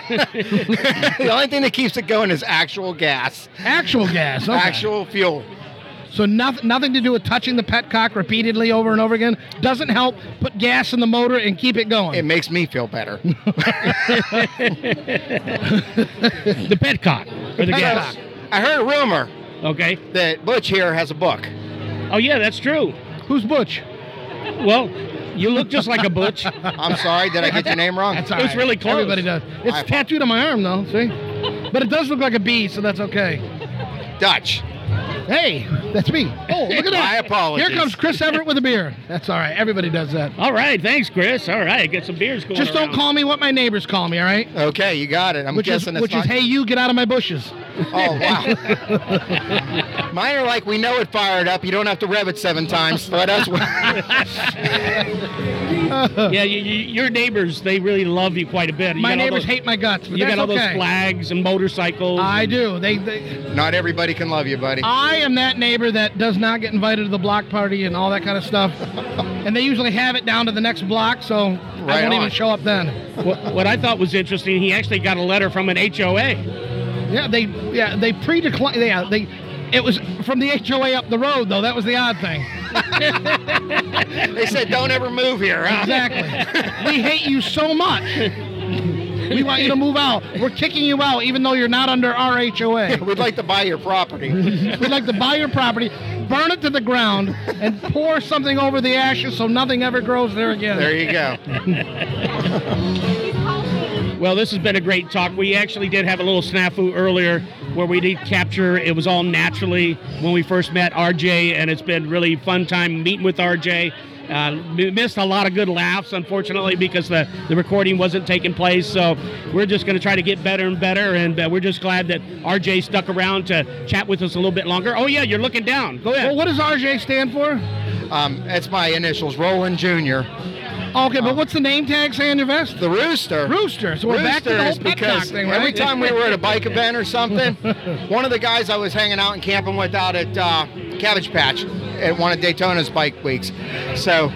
Speaker 9: the only thing that keeps it going is actual gas,
Speaker 3: Actual gas. Okay.
Speaker 9: actual fuel.
Speaker 3: So nothing, nothing to do with touching the pet cock repeatedly over and over again doesn't help. Put gas in the motor and keep it
Speaker 9: It
Speaker 3: going.
Speaker 9: makes me feel better.
Speaker 5: the pet cock or the
Speaker 3: pet
Speaker 5: gas.
Speaker 3: cock.
Speaker 9: I heard a rumor
Speaker 5: Okay.
Speaker 9: that Butch here has a book.
Speaker 5: Oh yeah, that's true.
Speaker 3: Who's Butch?
Speaker 5: Well, you look just like a butch.
Speaker 9: I'm sorry, did I get your name wrong?
Speaker 3: That's
Speaker 5: It was really close.
Speaker 3: cool. Everybody does. It's
Speaker 9: I-
Speaker 3: tattooed on my arm though. See, but it does look like a bee, so that's okay.
Speaker 9: Dutch.
Speaker 3: Hey, That's me. Oh, look at that.
Speaker 9: My apologies.
Speaker 3: Here comes Chris Everett with a beer. That's all right. Everybody does that.
Speaker 5: All right, thanks, Chris. All right, get some beers going.
Speaker 3: Just don't
Speaker 5: around.
Speaker 3: call me what my neighbors call me, all right?
Speaker 9: Okay, you got it. I'm
Speaker 3: which is,
Speaker 9: guessing it's
Speaker 3: which is,
Speaker 9: not-
Speaker 3: hey, you get out of my bushes.
Speaker 9: Oh wow. Mine are like we know it fired up. You don't have to rev it seven times. Let us.
Speaker 5: Yeah, you, you, your neighbors they really love you quite a bit. You
Speaker 3: my
Speaker 5: got all
Speaker 3: neighbors
Speaker 5: those-
Speaker 3: hate my guts, but
Speaker 5: You
Speaker 3: that's
Speaker 5: got all
Speaker 3: okay.
Speaker 5: those flags and motorcycles.
Speaker 3: I
Speaker 5: and-
Speaker 3: do. They, they
Speaker 9: Not everybody can love you, buddy.
Speaker 3: I am that neighbor that does not get invited to the block party and all that kind of stuff. and they usually have it down to the next block, so I
Speaker 9: Right
Speaker 3: won't even
Speaker 9: on.
Speaker 3: show up then.
Speaker 5: What, what I thought was interesting, he actually got a letter from an HOA.
Speaker 3: Yeah, they yeah, they pre-declined yeah, they it was from the HOA up the road though. That was the odd thing.
Speaker 9: They said don't ever move here. Huh?
Speaker 3: Exactly. we hate you so much. We want you to move out. We're kicking you out even though you're not under our HOA.
Speaker 9: We'd like to buy your property.
Speaker 3: We'd like to buy your property, burn it to the ground, and pour something over the ashes so nothing ever grows there again.
Speaker 9: There you go.
Speaker 5: Well, this has been a great talk. We actually did have a little snafu earlier where we did capture it was all naturally when we first met RJ, and it's been really fun time meeting with RJ. Uh, we missed a lot of good laughs, unfortunately, because the, the recording wasn't taking place. So we're just going to try to get better and better, and uh, we're just glad that RJ stuck around to chat with us a little bit longer. Oh yeah, you're looking down. Go ahead.
Speaker 3: Well, what does RJ stand for?
Speaker 9: Um, that's my initials, Roland Jr.
Speaker 3: Okay,
Speaker 9: Uh,
Speaker 3: but what's the name tag say on your vest?
Speaker 9: The rooster.
Speaker 3: Rooster. So we're back to the whole
Speaker 9: Roosters,
Speaker 3: pet cock
Speaker 9: because
Speaker 3: thing, right?
Speaker 9: every time we were at a bike event or something, one of the guys I was hanging out and camping with out at uh, Cabbage Patch at one of Daytona's bike weeks. So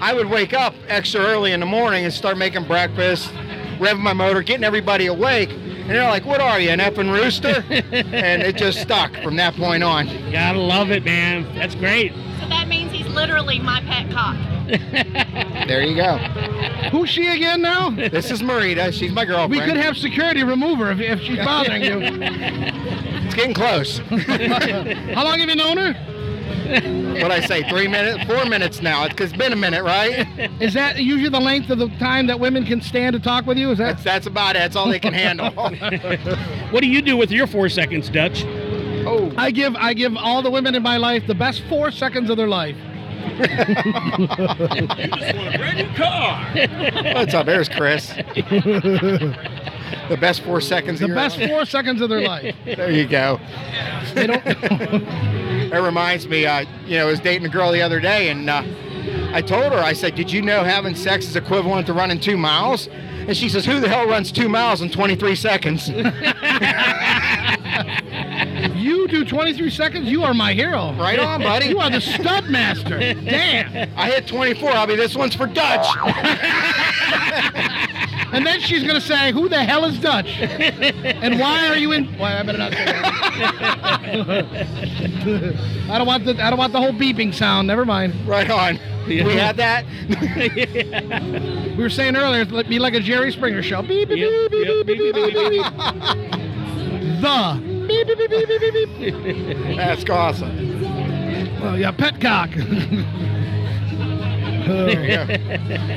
Speaker 9: I would wake up extra early in the morning and start making breakfast, revving my motor, getting everybody awake. And they're like, what are you, an effing rooster? and it just stuck from that point on.
Speaker 5: Gotta love it, man. That's great.
Speaker 10: So that means he's literally my pet cock.
Speaker 9: There you go.
Speaker 3: Who's she again now?
Speaker 9: This is Marita. She's my girlfriend.
Speaker 3: We could have security remove her if, if she's bothering you.
Speaker 9: It's getting close.
Speaker 3: How long have you known her?
Speaker 9: what I say, three minutes, four minutes now. It's, 'cause it's been a minute, right?
Speaker 3: Is that usually the length of the time that women can stand to talk with you? Is that
Speaker 9: That's, that's about it. That's all they can handle.
Speaker 5: What do you do with your four seconds, Dutch?
Speaker 9: oh,
Speaker 3: I give I give all the women in my life the best four seconds of their life.
Speaker 9: what's up? There's Chris. the best four seconds.
Speaker 3: The
Speaker 9: of your
Speaker 3: best
Speaker 9: life.
Speaker 3: four seconds of their life.
Speaker 9: There you go.
Speaker 3: They don't
Speaker 9: That reminds me. Uh, you know, I was dating a girl the other day, and uh, I told her, I said, "Did you know having sex is equivalent to running two miles?" And she says, "Who the hell runs two miles in 23 seconds?"
Speaker 3: You do 23 seconds, you are my hero.
Speaker 9: right on, buddy.
Speaker 3: You are the stud master. Damn.
Speaker 9: I hit 24. I'll be. This one's for Dutch.
Speaker 3: And then she's gonna say, "Who the hell is Dutch? And why are you in?" Why I better not say that. I don't want the I don't want the whole beeping sound. Never mind.
Speaker 9: Right on. We had that.
Speaker 3: We were saying earlier, it'd be like a Jerry Springer show. Beep beep
Speaker 5: Yep,
Speaker 3: beep
Speaker 5: yep,
Speaker 3: beep beep beep beep beep. beep. The beep beep beep beep beep beep. beep.
Speaker 9: That's awesome.
Speaker 3: Well, yeah, petcock.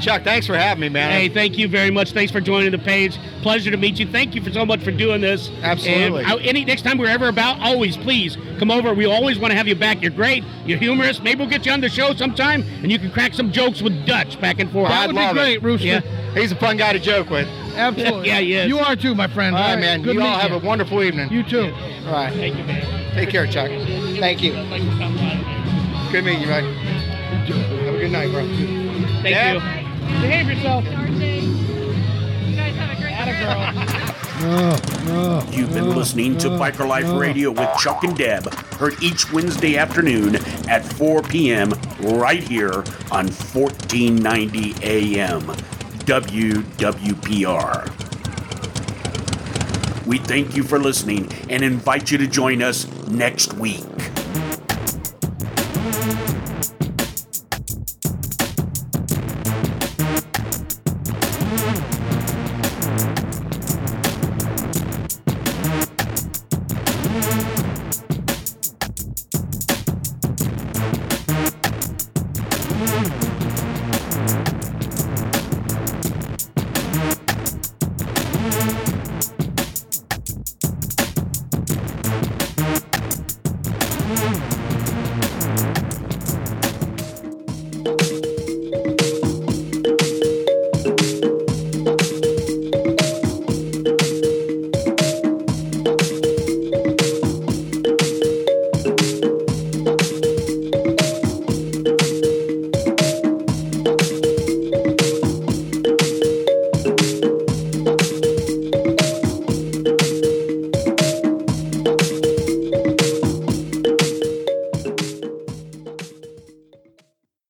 Speaker 9: Chuck, thanks for having me, man.
Speaker 5: Hey, thank you very much. Thanks for joining the page. Pleasure to meet you. Thank you for so much for doing this.
Speaker 9: Absolutely.
Speaker 5: And I- any next time we're ever about, always please come over. We always want to have you back. You're great. You're humorous. Maybe we'll get you on the show sometime, and you can crack some jokes with Dutch back and forth.
Speaker 9: I'd
Speaker 3: That would be
Speaker 9: love it.
Speaker 3: great, Rooster.
Speaker 5: Yeah.
Speaker 9: He's a fun guy to joke with.
Speaker 3: Absolutely.
Speaker 5: Yeah, he is.
Speaker 3: You are too, my friend.
Speaker 9: All right,
Speaker 3: right,
Speaker 9: man.
Speaker 3: Good
Speaker 9: you all
Speaker 3: meeting
Speaker 9: have a wonderful evening.
Speaker 3: You too.
Speaker 9: all right.
Speaker 5: Thank you, man.
Speaker 9: Take care, Chuck. Thank you.
Speaker 5: Thanks for stopping by.
Speaker 9: Good meeting you, man. Have a good night, bro.
Speaker 5: Thank
Speaker 9: Yeah.
Speaker 5: you. Behave yourself.
Speaker 10: You guys have a great trip.
Speaker 1: You've been listening to Biker Life Radio with Chuck and Deb, heard each Wednesday afternoon at 4 p.m. right here on 1490 a.m. WWPR. We thank you for listening and invite you to join us next week.
Speaker 11: Bye.